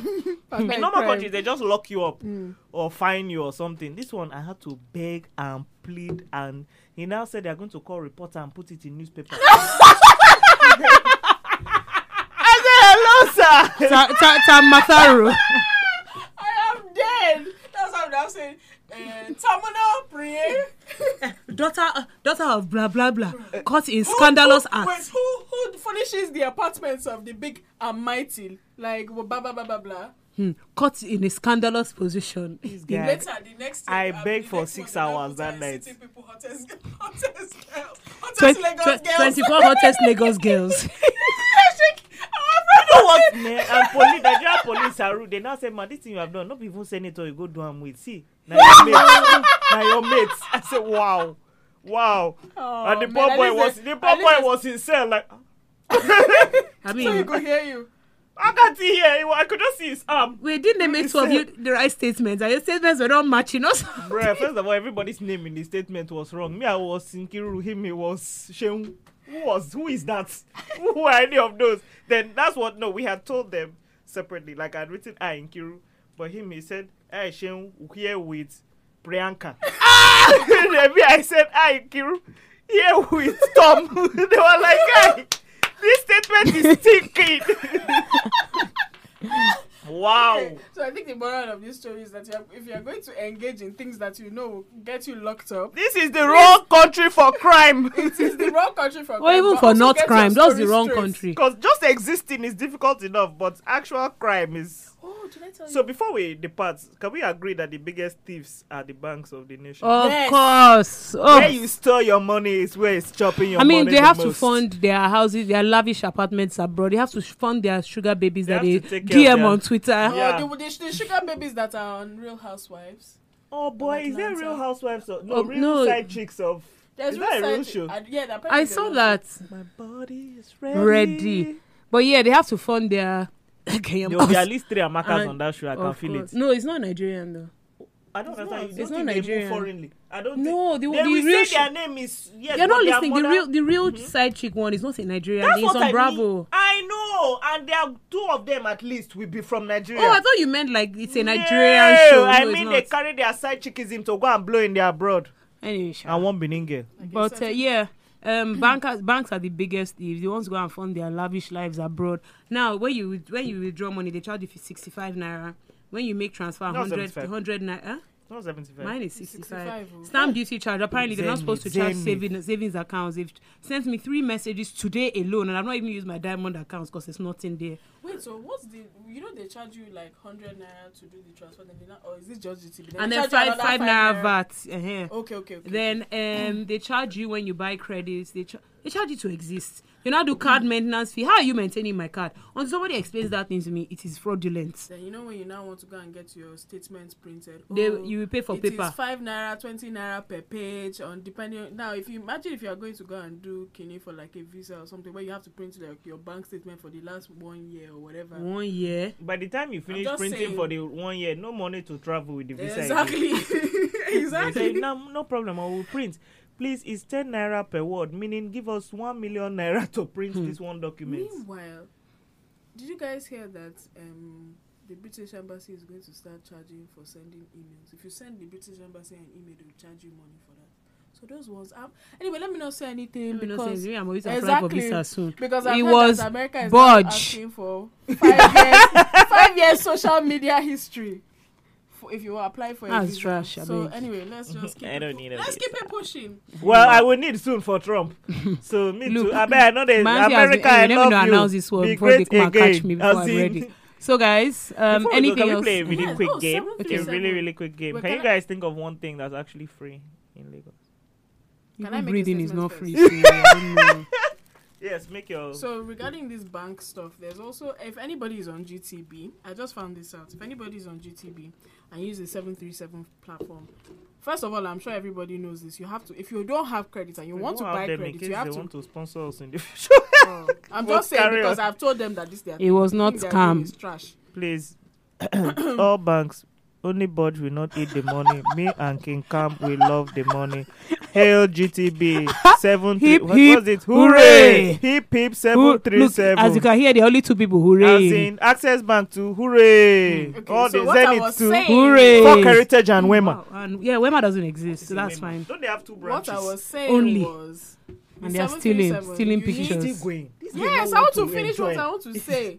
Speaker 3: Partner
Speaker 2: in
Speaker 3: in
Speaker 2: normal
Speaker 3: crime.
Speaker 2: countries they just lock you up
Speaker 3: Mm.
Speaker 2: or fine you or something this one i had to beg and plead and he now said they're going to call reporter and put it in newspaper i said hello sir
Speaker 1: Ta- ta- Tam Matharu.
Speaker 3: I am dead. That's what I'm saying. Uh, terminal prayer.
Speaker 1: daughter, uh, daughter of blah blah blah, caught in scandalous
Speaker 3: who,
Speaker 1: acts.
Speaker 3: Wait, who who furnishes the apartments of the big and mighty? Like blah blah blah blah blah.
Speaker 1: Hmm, caught in a scandalous position.
Speaker 2: guy. Yeah.
Speaker 3: Later, the next.
Speaker 2: I
Speaker 3: um,
Speaker 2: beg
Speaker 3: the
Speaker 2: for
Speaker 3: next
Speaker 2: six
Speaker 3: one, they now
Speaker 2: hours
Speaker 3: put
Speaker 2: that
Speaker 3: her in
Speaker 2: night.
Speaker 3: City people, hottest, hottest girls, hottest
Speaker 1: Twen-
Speaker 3: Lagos
Speaker 1: twen-
Speaker 3: girls.
Speaker 1: 24 hottest Lagos girls.
Speaker 2: You know what, man? and police nigerian police are rude they now say man this thing you have done no be even senator you go do am with see na your mate na your mate i say wow wow
Speaker 3: Oh,
Speaker 2: and the
Speaker 3: man,
Speaker 2: poor
Speaker 3: at
Speaker 2: boy
Speaker 3: least
Speaker 2: was
Speaker 3: they-
Speaker 2: the
Speaker 3: at
Speaker 2: poor
Speaker 3: least
Speaker 2: boy
Speaker 3: they-
Speaker 2: was in cell like.
Speaker 1: I
Speaker 3: So you
Speaker 1: mean,
Speaker 3: could hear you.
Speaker 2: I can't see here. He wa- I could just see his arm.
Speaker 1: wait, didn't they make two of you the right statements? And your statements were not matching us.
Speaker 2: Bruh, first of all, everybody's name in the statement was wrong. Me, I was Sinkiru. Him, he was Shehu. Who was? Who is that? who are any of those? Then that's what. No, we had told them separately. Like I'd written I Inkiru, but him, he said I Shehu here with Priyanka. Maybe I said, I Kiru, here with Tom. they were like, "Guy, this statement is stinking. wow.
Speaker 3: So I think the moral of this story is that you have, if you are going to engage in things that you know will get you locked up,
Speaker 2: This is the wrong country for crime.
Speaker 3: it is the wrong country for
Speaker 1: Or
Speaker 3: crime,
Speaker 1: even
Speaker 3: but
Speaker 1: for
Speaker 3: also
Speaker 1: not
Speaker 3: get your
Speaker 1: crime, that's
Speaker 3: story
Speaker 1: the wrong
Speaker 3: straight.
Speaker 1: country.
Speaker 2: Because just existing is difficult enough, but actual crime is.
Speaker 3: Oh, did I tell you?
Speaker 2: So before we depart, can we agree that the biggest thieves are the banks of the nation?
Speaker 1: Of
Speaker 3: Yes.
Speaker 1: course. Oh.
Speaker 2: Where you store your money is where it's chopping your
Speaker 1: I
Speaker 2: money.
Speaker 1: mean, they
Speaker 2: the
Speaker 1: have to
Speaker 2: most.
Speaker 1: fund their houses, their lavish apartments abroad. They have to fund their sugar babies
Speaker 2: They
Speaker 1: that
Speaker 2: have
Speaker 1: they
Speaker 2: to take care
Speaker 1: DM
Speaker 2: of their-
Speaker 1: on Twitter.
Speaker 3: Oh,
Speaker 2: Yeah.
Speaker 3: the, the, the sugar babies that are on Real Housewives.
Speaker 2: Oh boy, is there
Speaker 3: Atlanta.
Speaker 2: Real Housewives of no
Speaker 1: Oh,
Speaker 2: real
Speaker 1: no.
Speaker 2: side chicks of?
Speaker 3: There's
Speaker 2: is that a real
Speaker 3: side-
Speaker 2: show?
Speaker 3: I, yeah, that
Speaker 1: I saw that.
Speaker 2: My body is
Speaker 1: Ready. But yeah, they have to fund their. Okay, I'm
Speaker 2: There will be
Speaker 1: off-
Speaker 2: at least three Amakas
Speaker 1: And-
Speaker 2: on that show. I can
Speaker 1: of
Speaker 2: feel
Speaker 1: course.
Speaker 2: it.
Speaker 1: No, it's not Nigerian though.
Speaker 2: I don't understand. You
Speaker 1: it's
Speaker 2: don't
Speaker 1: not
Speaker 2: think they
Speaker 1: Nigerian.
Speaker 2: move foreignly? I don't.
Speaker 1: No,
Speaker 2: think,
Speaker 1: the-
Speaker 2: they
Speaker 1: the
Speaker 2: will
Speaker 1: real
Speaker 2: say their name is. Yes,
Speaker 1: You're
Speaker 2: but
Speaker 1: not
Speaker 2: their
Speaker 1: listening. The
Speaker 2: mother-
Speaker 1: real, the real side chick one is not in Nigeria.
Speaker 2: Mm-hmm. That's
Speaker 1: It's
Speaker 2: what
Speaker 1: on
Speaker 2: I
Speaker 1: Bravo. Oh,
Speaker 2: mean. I know, and there are two of them at least will be from Nigeria.
Speaker 1: Oh, I thought you meant like it's a Nigerian
Speaker 2: no,
Speaker 1: show.
Speaker 2: I
Speaker 1: No, it's
Speaker 2: mean,
Speaker 1: not.
Speaker 2: they carry their side chickism to go and blow in their abroad.
Speaker 1: anyway, sure.
Speaker 2: And one Benin girl.
Speaker 1: But uh, yeah, um, bankers banks are the biggest thieves. They want to go and fund their lavish lives abroad. Now, when you when you withdraw money, they charge you sixty five naira. When you make transfer,
Speaker 2: No,
Speaker 1: 100,
Speaker 2: 75.
Speaker 1: 100 naira. huh?
Speaker 2: Not 75.
Speaker 1: Mine is sixty five.
Speaker 3: 65, oh.
Speaker 1: Stamp duty charge. Apparently, they're not
Speaker 2: Zenith,
Speaker 1: supposed to charge
Speaker 2: Zenith.
Speaker 1: saving, savings accounts. They've sent me three messages today alone, and I've not even used my diamond accounts because it's nothing there.
Speaker 3: Wait, so what's the? You know they charge you like hundred naira to do the transfer, then they not, or is it just duty? They
Speaker 1: and then
Speaker 3: charge you
Speaker 1: five five
Speaker 3: another
Speaker 1: naira VAT. Uh-huh.
Speaker 2: Oh,
Speaker 3: Okay, okay, okay.
Speaker 1: Then
Speaker 2: Mm.
Speaker 1: um, they charge you when you buy credits. They, char- they charge you to exist. You now do
Speaker 2: Mm.
Speaker 1: card maintenance fee. How are you maintaining my card? Until somebody explains that thing to me, it is fraudulent.
Speaker 3: Then you know when you now want to go and get your statements printed.
Speaker 1: They,
Speaker 3: oh,
Speaker 1: you will pay for
Speaker 3: it is
Speaker 1: paper.
Speaker 3: five naira, twenty naira per page, on depending. On, now, if you imagine if you are going to go and do kini for like a visa or something, where you have to print like your bank statement for the last one year or whatever.
Speaker 1: One year.
Speaker 2: By the time you finish
Speaker 3: just
Speaker 2: printing
Speaker 3: saying.
Speaker 2: for the one year, no money to travel with the visa. again.
Speaker 3: Exactly,
Speaker 2: They
Speaker 3: exactly.
Speaker 2: say, no, no problem. I will print. Please, it's 10 naira per word, meaning give us 1 million naira to print this one document.
Speaker 3: Meanwhile, did you guys hear that um, the British Embassy is going to start charging for sending emails? If you send the British Embassy an email, they will charge you money for that. So those ones. Um, anyway, let me not say anything
Speaker 1: Let me not say
Speaker 3: because
Speaker 1: anything. I'm always applying for
Speaker 3: Exactly.
Speaker 1: visa soon.
Speaker 3: because
Speaker 1: It
Speaker 3: I've heard
Speaker 1: was
Speaker 3: that America is
Speaker 1: budge.
Speaker 3: now asking for five years, five years social media history. For if you apply for a
Speaker 1: That's
Speaker 3: visa.
Speaker 1: trash, I
Speaker 3: so
Speaker 1: beg.
Speaker 3: anyway, let's just keep
Speaker 2: I
Speaker 3: it
Speaker 2: don't
Speaker 3: pu-
Speaker 2: need a
Speaker 3: let's
Speaker 2: visa.
Speaker 3: keep it pushing.
Speaker 2: Well, I will need soon for Trump. so me
Speaker 1: Look,
Speaker 2: too. I bet I know there's
Speaker 1: Manzi has been-
Speaker 2: America. I
Speaker 1: anyway, let me
Speaker 2: love
Speaker 1: not
Speaker 2: you.
Speaker 1: announce this one
Speaker 2: Be
Speaker 1: before they
Speaker 2: great
Speaker 1: come and catch
Speaker 2: again.
Speaker 1: me before
Speaker 2: As
Speaker 1: I'm
Speaker 2: in-
Speaker 1: ready. So, guys, um,
Speaker 2: Before we go,
Speaker 1: anything
Speaker 2: can
Speaker 1: else?
Speaker 2: we play a really
Speaker 3: Yes,
Speaker 2: quick
Speaker 3: oh,
Speaker 2: game? Okay,
Speaker 3: 737.
Speaker 2: really, really quick game.
Speaker 3: But
Speaker 2: can
Speaker 3: can
Speaker 2: you
Speaker 3: I-
Speaker 2: guys think of one thing that's actually free in Lagos?
Speaker 3: Can I
Speaker 1: Even
Speaker 3: make a
Speaker 1: breathing is not
Speaker 3: statement
Speaker 1: free. so I don't know.
Speaker 2: Yes, make your.
Speaker 3: So regarding this bank stuff, there's also if anybody is on GTB, I just found this out. If anybody is on GTB and use the 737 platform, first of all, I'm sure everybody knows this. You have to if you don't have credit and you
Speaker 2: We
Speaker 3: want to
Speaker 2: don't have
Speaker 3: buy
Speaker 2: them in
Speaker 3: credit,
Speaker 2: case
Speaker 3: you have
Speaker 2: they
Speaker 3: to.
Speaker 2: want to sponsor us in the future.
Speaker 3: I'm
Speaker 2: Well,
Speaker 3: just saying
Speaker 2: carry
Speaker 3: because
Speaker 2: on.
Speaker 3: I've told them that this their
Speaker 1: It was not
Speaker 3: thing they're doing
Speaker 1: scam.
Speaker 3: is trash.
Speaker 2: Please, all banks. Only Budge will not eat the money. Me and King Camp will love the money. Hail GTB seven three.
Speaker 1: Hip,
Speaker 2: What
Speaker 1: hip,
Speaker 2: was it? Hooray!
Speaker 1: hooray!
Speaker 2: Hip hip
Speaker 1: Who-
Speaker 2: seven three
Speaker 1: Look,
Speaker 2: seven.
Speaker 1: as you can hear, there are only two people.
Speaker 2: As
Speaker 1: Hooray!
Speaker 2: in Access Bank too. Hooray!
Speaker 3: Mm, Okay,
Speaker 2: All
Speaker 3: so
Speaker 2: the
Speaker 3: what I
Speaker 2: Zenith
Speaker 3: was
Speaker 2: too.
Speaker 3: saying-
Speaker 1: Hooray!
Speaker 2: Fuck Heritage and Wema.
Speaker 1: Wow, Oh, and yeah, Wema doesn't exist, so that's
Speaker 2: Wema.
Speaker 1: fine.
Speaker 2: Don't they have two
Speaker 3: What
Speaker 2: branches?
Speaker 3: I was saying
Speaker 1: Only.
Speaker 3: was the
Speaker 1: And they are stealing,
Speaker 3: 737,
Speaker 1: stealing
Speaker 3: you need-
Speaker 1: pictures.
Speaker 2: Still going. This girl
Speaker 3: Yes,
Speaker 2: no
Speaker 3: I want
Speaker 2: want
Speaker 3: to finish
Speaker 2: enjoy.
Speaker 3: what I want to say.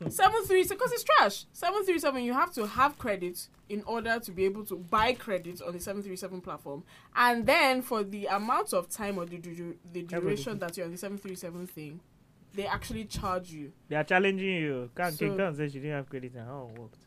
Speaker 3: Seven three six because it's trash. Seven three seven. You have to have credit in order to be able to buy credit on the seven three seven platform, and then for the amount of time or the du- the duration that you're on the seven three seven thing, they actually charge you.
Speaker 2: They are challenging you. Can't
Speaker 3: So-
Speaker 2: King Camp said she didn't have credit and how it worked.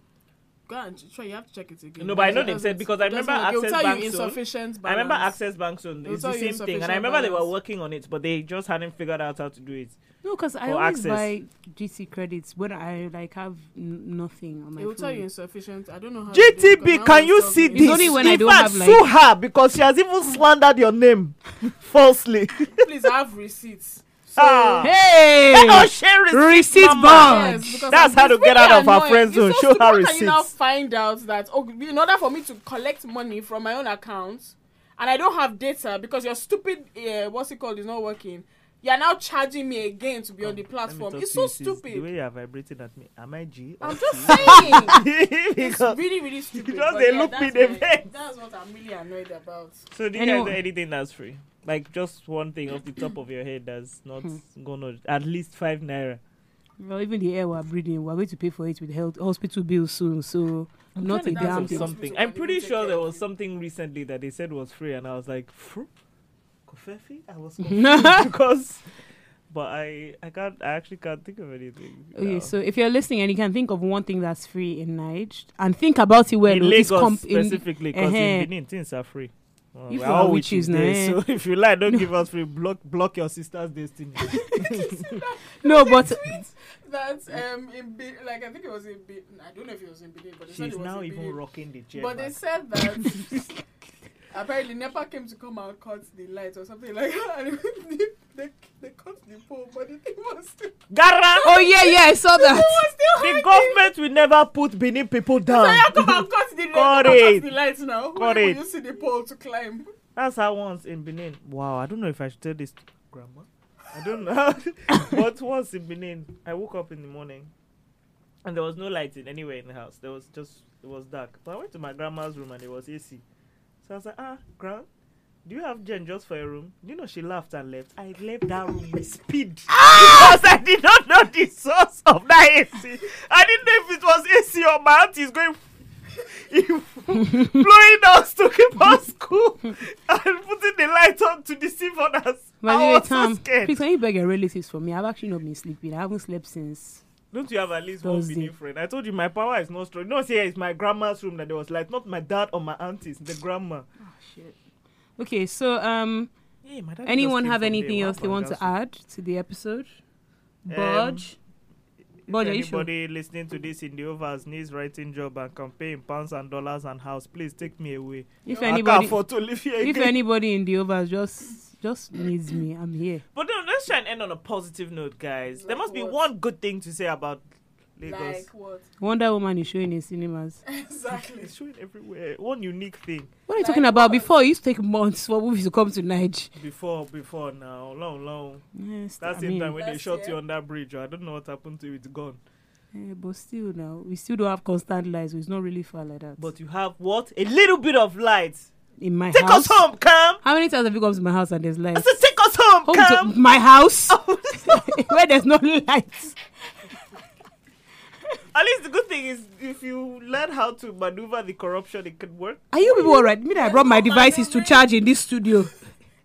Speaker 3: Go and ch- try. You have to check it again.
Speaker 2: No, but I know
Speaker 3: It
Speaker 2: they
Speaker 3: doesn't-
Speaker 2: said because I
Speaker 3: it doesn't
Speaker 2: remember
Speaker 3: work. It will
Speaker 2: Access
Speaker 3: tell you
Speaker 2: Bank sold.
Speaker 3: insufficient.
Speaker 2: I remember
Speaker 3: balance.
Speaker 2: Access Bank soon.
Speaker 3: They
Speaker 2: It's
Speaker 3: tell
Speaker 2: the same
Speaker 3: you
Speaker 2: thing, and I
Speaker 3: insufficient
Speaker 2: remember they were
Speaker 3: balance.
Speaker 2: working on it, but they just hadn't figured out how to do it.
Speaker 1: No, because I
Speaker 2: For
Speaker 1: always
Speaker 2: access.
Speaker 1: buy GT credits when I like have n- nothing on my
Speaker 3: It will
Speaker 1: phone.
Speaker 2: Hmm.
Speaker 3: tell you insufficient. I don't know how. they do it, because
Speaker 2: GTB,
Speaker 3: my
Speaker 2: can
Speaker 3: own
Speaker 2: you
Speaker 3: self
Speaker 2: see
Speaker 3: is-
Speaker 2: this?
Speaker 1: only when I
Speaker 2: In
Speaker 1: don't
Speaker 2: fact,
Speaker 1: have, like-
Speaker 2: sue her because she has even slandered your name falsely.
Speaker 3: Please have receipts. So,
Speaker 2: Ah. Let
Speaker 1: Hey,
Speaker 2: us share receipts,
Speaker 1: receipt
Speaker 2: mama.
Speaker 1: bomb.
Speaker 3: Yes, because
Speaker 2: That's
Speaker 3: I'm-
Speaker 2: how to
Speaker 3: it's
Speaker 2: get
Speaker 3: really
Speaker 2: out of our
Speaker 3: annoying.
Speaker 2: friend
Speaker 3: It's
Speaker 2: zone.
Speaker 3: so
Speaker 2: Show
Speaker 3: stupid.
Speaker 2: her
Speaker 3: How Can you now
Speaker 2: receipts?
Speaker 3: find out that oh, in order for me to collect money from my own account, and I don't have data because your stupid uh, what's it called is not working. you are now charging me again to be on the
Speaker 2: Let me
Speaker 3: platform.
Speaker 2: talk
Speaker 3: It's
Speaker 2: to
Speaker 3: so
Speaker 2: you, sis. The way
Speaker 3: stupid.
Speaker 2: you are vibrating at me, am I G? or
Speaker 3: I'm
Speaker 2: C?
Speaker 3: just saying. It's
Speaker 2: Because-
Speaker 3: really, really stupid.
Speaker 2: just
Speaker 3: but
Speaker 2: dey
Speaker 3: yeah,
Speaker 2: look me
Speaker 3: that's
Speaker 2: dey
Speaker 3: what-
Speaker 2: vex.
Speaker 3: That's what I'm really annoyed about.
Speaker 2: so do you guys
Speaker 1: Anyone-
Speaker 2: know anything that's free? Like just one thing off the top of your head that's not
Speaker 1: Hmm.
Speaker 2: gonna at least five naira.
Speaker 1: Well, even the air we're breathing, we're going to pay for it with health hospital bills soon. So not a
Speaker 2: Trying to think
Speaker 1: damn
Speaker 2: of
Speaker 1: thing.
Speaker 3: some-
Speaker 2: something.
Speaker 3: Hospital
Speaker 2: I'm
Speaker 3: can
Speaker 2: pretty
Speaker 3: even
Speaker 2: sure
Speaker 3: take
Speaker 2: there
Speaker 3: care
Speaker 2: was
Speaker 3: of
Speaker 2: something recently that they said was free, and I was like, "Fruit? Kofefi? I was confused because, but I I can't I actually can't think of anything.
Speaker 1: Okay,
Speaker 2: now.
Speaker 1: so if you're listening and you can think of one thing that's free in Niger and think about it well,
Speaker 2: in
Speaker 1: oh, it's
Speaker 2: Lagos
Speaker 1: comp- in-
Speaker 2: specifically, because
Speaker 1: eh-heh.
Speaker 2: in Benin things are free. Well,
Speaker 1: If
Speaker 2: we're
Speaker 1: you are
Speaker 2: all
Speaker 1: witches
Speaker 2: witches
Speaker 1: now,
Speaker 2: there,
Speaker 1: eh.
Speaker 2: so if you lie, don't give us free. Block block your sister's destiny.
Speaker 1: no, but
Speaker 3: That um, in Be- like I think it was in Be- I don't know if it was in Benin, but they said
Speaker 2: She's
Speaker 3: it was
Speaker 2: now
Speaker 3: in
Speaker 2: even
Speaker 3: Benin.
Speaker 2: rocking the chair.
Speaker 3: But they said that apparently NEPA came to come and cut the light or something like that. And they, they, they cut the pole, but the thing was still,
Speaker 2: Gara,
Speaker 1: oh yeah, yeah, I saw
Speaker 3: the pole
Speaker 1: that.
Speaker 3: was still
Speaker 2: the
Speaker 3: hanging.
Speaker 2: government will never put Benin people
Speaker 3: So
Speaker 2: down.
Speaker 3: you come and cut the
Speaker 2: Cut
Speaker 3: light. Come and
Speaker 2: it.
Speaker 3: cut the light now.
Speaker 2: Cut
Speaker 3: Where
Speaker 2: it.
Speaker 3: will you see the pole to climb?
Speaker 2: That's how once in Benin. Wow, I don't know if I should tell this to grandma. I don't know. but once in Benin, I woke up in the morning and there was no lighting anywhere in the house. There was just it was dark. So I went to my grandma's room and it was AC. So I was like, ah, grand, do you have Jen just for a room? You know she laughed and left. I left that room with speed because I did not know the source of that AC. I didn't know if it was AC or my auntie's going blowing us to keep us cool and putting the light on to deceive others.
Speaker 1: By
Speaker 2: I
Speaker 1: the way,
Speaker 2: was so
Speaker 1: Tom,
Speaker 2: scared.
Speaker 1: please can you beg your relatives for me? I've actually not been sleeping. I haven't slept since.
Speaker 2: Don't you have at least
Speaker 1: Thursday.
Speaker 2: one Benin friend? I told you my power is not strong. No, see, it's my grandma's room that there was light, not my dad or my aunties, the grandma.
Speaker 1: Ah, Okay, so um,
Speaker 2: Hey, my dad just
Speaker 1: anyone
Speaker 2: came
Speaker 1: have
Speaker 2: from
Speaker 1: anything
Speaker 2: there.
Speaker 1: else they
Speaker 2: Wow,
Speaker 1: want to
Speaker 2: that's-
Speaker 1: add to the episode?
Speaker 2: Um,
Speaker 1: Budge.
Speaker 2: If
Speaker 1: Budge, are you sure?
Speaker 2: anybody listening to this in the overs needs writing job and can pay in pounds and dollars and house, please take me away.
Speaker 1: If
Speaker 2: I can't
Speaker 1: anybody,
Speaker 2: afford to live here
Speaker 1: if
Speaker 2: again.
Speaker 1: anybody in the overs just just needs me, I'm here.
Speaker 2: But no, let's try and end on a positive note, guys. there
Speaker 3: Like
Speaker 2: must be
Speaker 3: what?
Speaker 2: one good thing to say about Lagos.
Speaker 3: Like what?
Speaker 1: Wonder Woman is showing in cinemas.
Speaker 3: Exactly.
Speaker 2: It's showing everywhere. One unique thing
Speaker 1: What are you
Speaker 3: Like
Speaker 1: talking about?
Speaker 3: what?
Speaker 1: Before it used to take months for movies to come to Niger.
Speaker 2: before, before now, long, long.
Speaker 1: Yes,
Speaker 2: That's
Speaker 1: I
Speaker 2: the
Speaker 1: mean,
Speaker 2: time when they
Speaker 3: Last
Speaker 2: shot
Speaker 3: year.
Speaker 2: you on that bridge. I don't know what happened to it. It's gone.
Speaker 1: eh, but still now we still don't have constant lights. So it's not really far like that.
Speaker 2: But you have what? A little bit of light.
Speaker 1: in my
Speaker 2: Take
Speaker 1: house,
Speaker 2: us home, come.
Speaker 1: how many times have you come to my house and there's
Speaker 2: I
Speaker 1: lights?
Speaker 2: said, take us home,
Speaker 1: Home
Speaker 2: come.
Speaker 1: to my house where there's no lights.
Speaker 2: At least the good thing is, if you learn how to maneuver the corruption, it could work.
Speaker 1: Are you people alright? Me, that I brought oh, my devices to charge in this studio.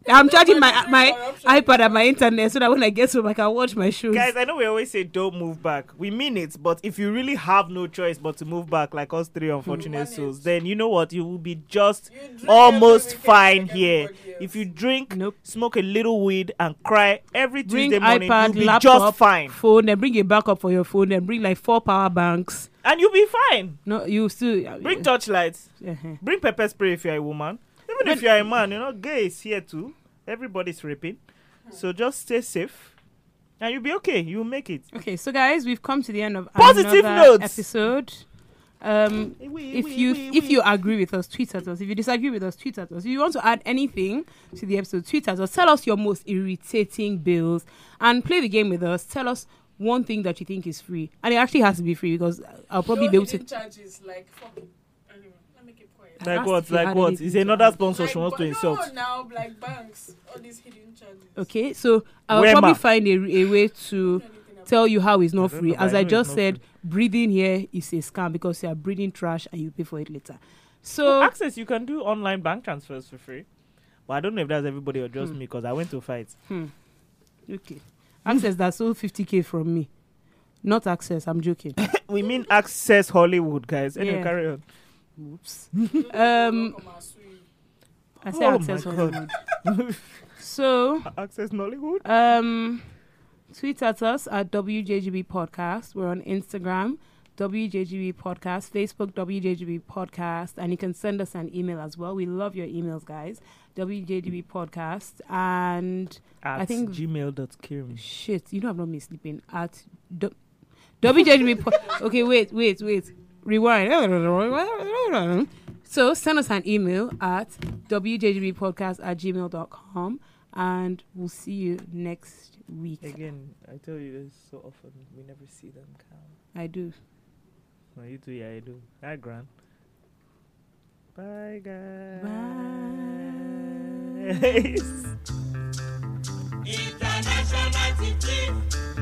Speaker 1: I'm charging my my iPad and my internet so that when I get home I can watch my shows.
Speaker 2: Guys, I know we always say don't move back. We mean it, but if you really have no choice but to move back, like us three unfortunate
Speaker 3: Manage.
Speaker 2: souls, then you know what? You will be just
Speaker 3: You drink
Speaker 2: almost
Speaker 3: every weekend
Speaker 2: fine
Speaker 3: like
Speaker 2: here.
Speaker 3: everybody else.
Speaker 2: If you drink,
Speaker 1: Nope.
Speaker 2: smoke a little weed, and cry every
Speaker 1: Bring
Speaker 2: Tuesday morning,
Speaker 1: iPad,
Speaker 2: you'll be
Speaker 1: laptop,
Speaker 2: just fine.
Speaker 1: phone, and bring a backup for your phone, and bring like four power banks.
Speaker 2: And you'll be fine.
Speaker 1: No, you still uh,
Speaker 2: Bring torchlights.
Speaker 1: Uh-huh.
Speaker 2: Bring pepper spray if you're a woman. Even if you're a man, you know, gay is here too. Everybody's raping. So just stay safe. And you'll be okay. You'll make it.
Speaker 1: Okay, so guys, we've come to the end of
Speaker 2: Positive
Speaker 1: another
Speaker 2: notes.
Speaker 1: episode. Um, if you if you agree with us, tweet at us. If you disagree with us, tweet at us. If you want to add anything to the episode, tweet at us. Tell us your most irritating bills and play the game with us. Tell us one thing that you think is free, and it actually has to be free because I'll probably
Speaker 3: no
Speaker 1: be able to.
Speaker 3: hidden charges like fucking. Anyway, let me keep quiet.
Speaker 2: Like
Speaker 1: asked
Speaker 2: what?
Speaker 1: if you
Speaker 2: Like
Speaker 1: had
Speaker 2: what?
Speaker 1: anything
Speaker 2: Is
Speaker 1: to
Speaker 2: another
Speaker 1: add.
Speaker 2: sponsor she
Speaker 3: Like,
Speaker 2: wants to
Speaker 3: but
Speaker 2: insult?
Speaker 3: No, now like banks, all these hidden charges.
Speaker 1: Okay, so I'll
Speaker 2: Wema.
Speaker 1: probably find a, a way
Speaker 3: I
Speaker 1: to
Speaker 3: don't know anything about
Speaker 1: tell you how it's not
Speaker 2: I don't
Speaker 1: free.
Speaker 2: know, but
Speaker 1: As
Speaker 2: I
Speaker 1: I
Speaker 2: know
Speaker 1: just
Speaker 2: it's not
Speaker 1: said, breathing here is a scam because you are breathing trash and you pay for it later. So
Speaker 2: Access, you can do online bank transfers for free. But I don't know if that's everybody or
Speaker 1: Hmm.
Speaker 2: just me because I went to fight.
Speaker 1: Okay. Access that sold 50k from me. Not access, I'm joking.
Speaker 2: we mean Access Hollywood, guys. Anyway,
Speaker 1: Yeah.
Speaker 2: carry on.
Speaker 1: Oops.
Speaker 3: it. Don't
Speaker 1: Um,
Speaker 3: come and sue you.
Speaker 1: I said
Speaker 2: Mm. Oh
Speaker 1: access
Speaker 2: my
Speaker 1: Hollywood. so,
Speaker 2: Access Nollywood.
Speaker 1: um, tweet at us at WJGB Podcast. We're on Instagram, WJGB Podcast, Facebook, WJGB Podcast, and you can send us an email as well. We love your emails, guys. WJGB Podcast and
Speaker 2: At
Speaker 1: I think-
Speaker 2: gmail.com.
Speaker 1: Shit, you know I'm not me sleeping at do- WJGB. po- okay, wait, wait, wait. Rewind. So send us an email at wjgbpodcast at gmail.com and we'll see you next week.
Speaker 2: Again, I tell you this so often, we never see them come.
Speaker 1: I do.
Speaker 2: No, you too, yeah, I do. Hi, Gran. Bye, guys.
Speaker 1: Bye.
Speaker 2: Bye.
Speaker 5: International Tiffin.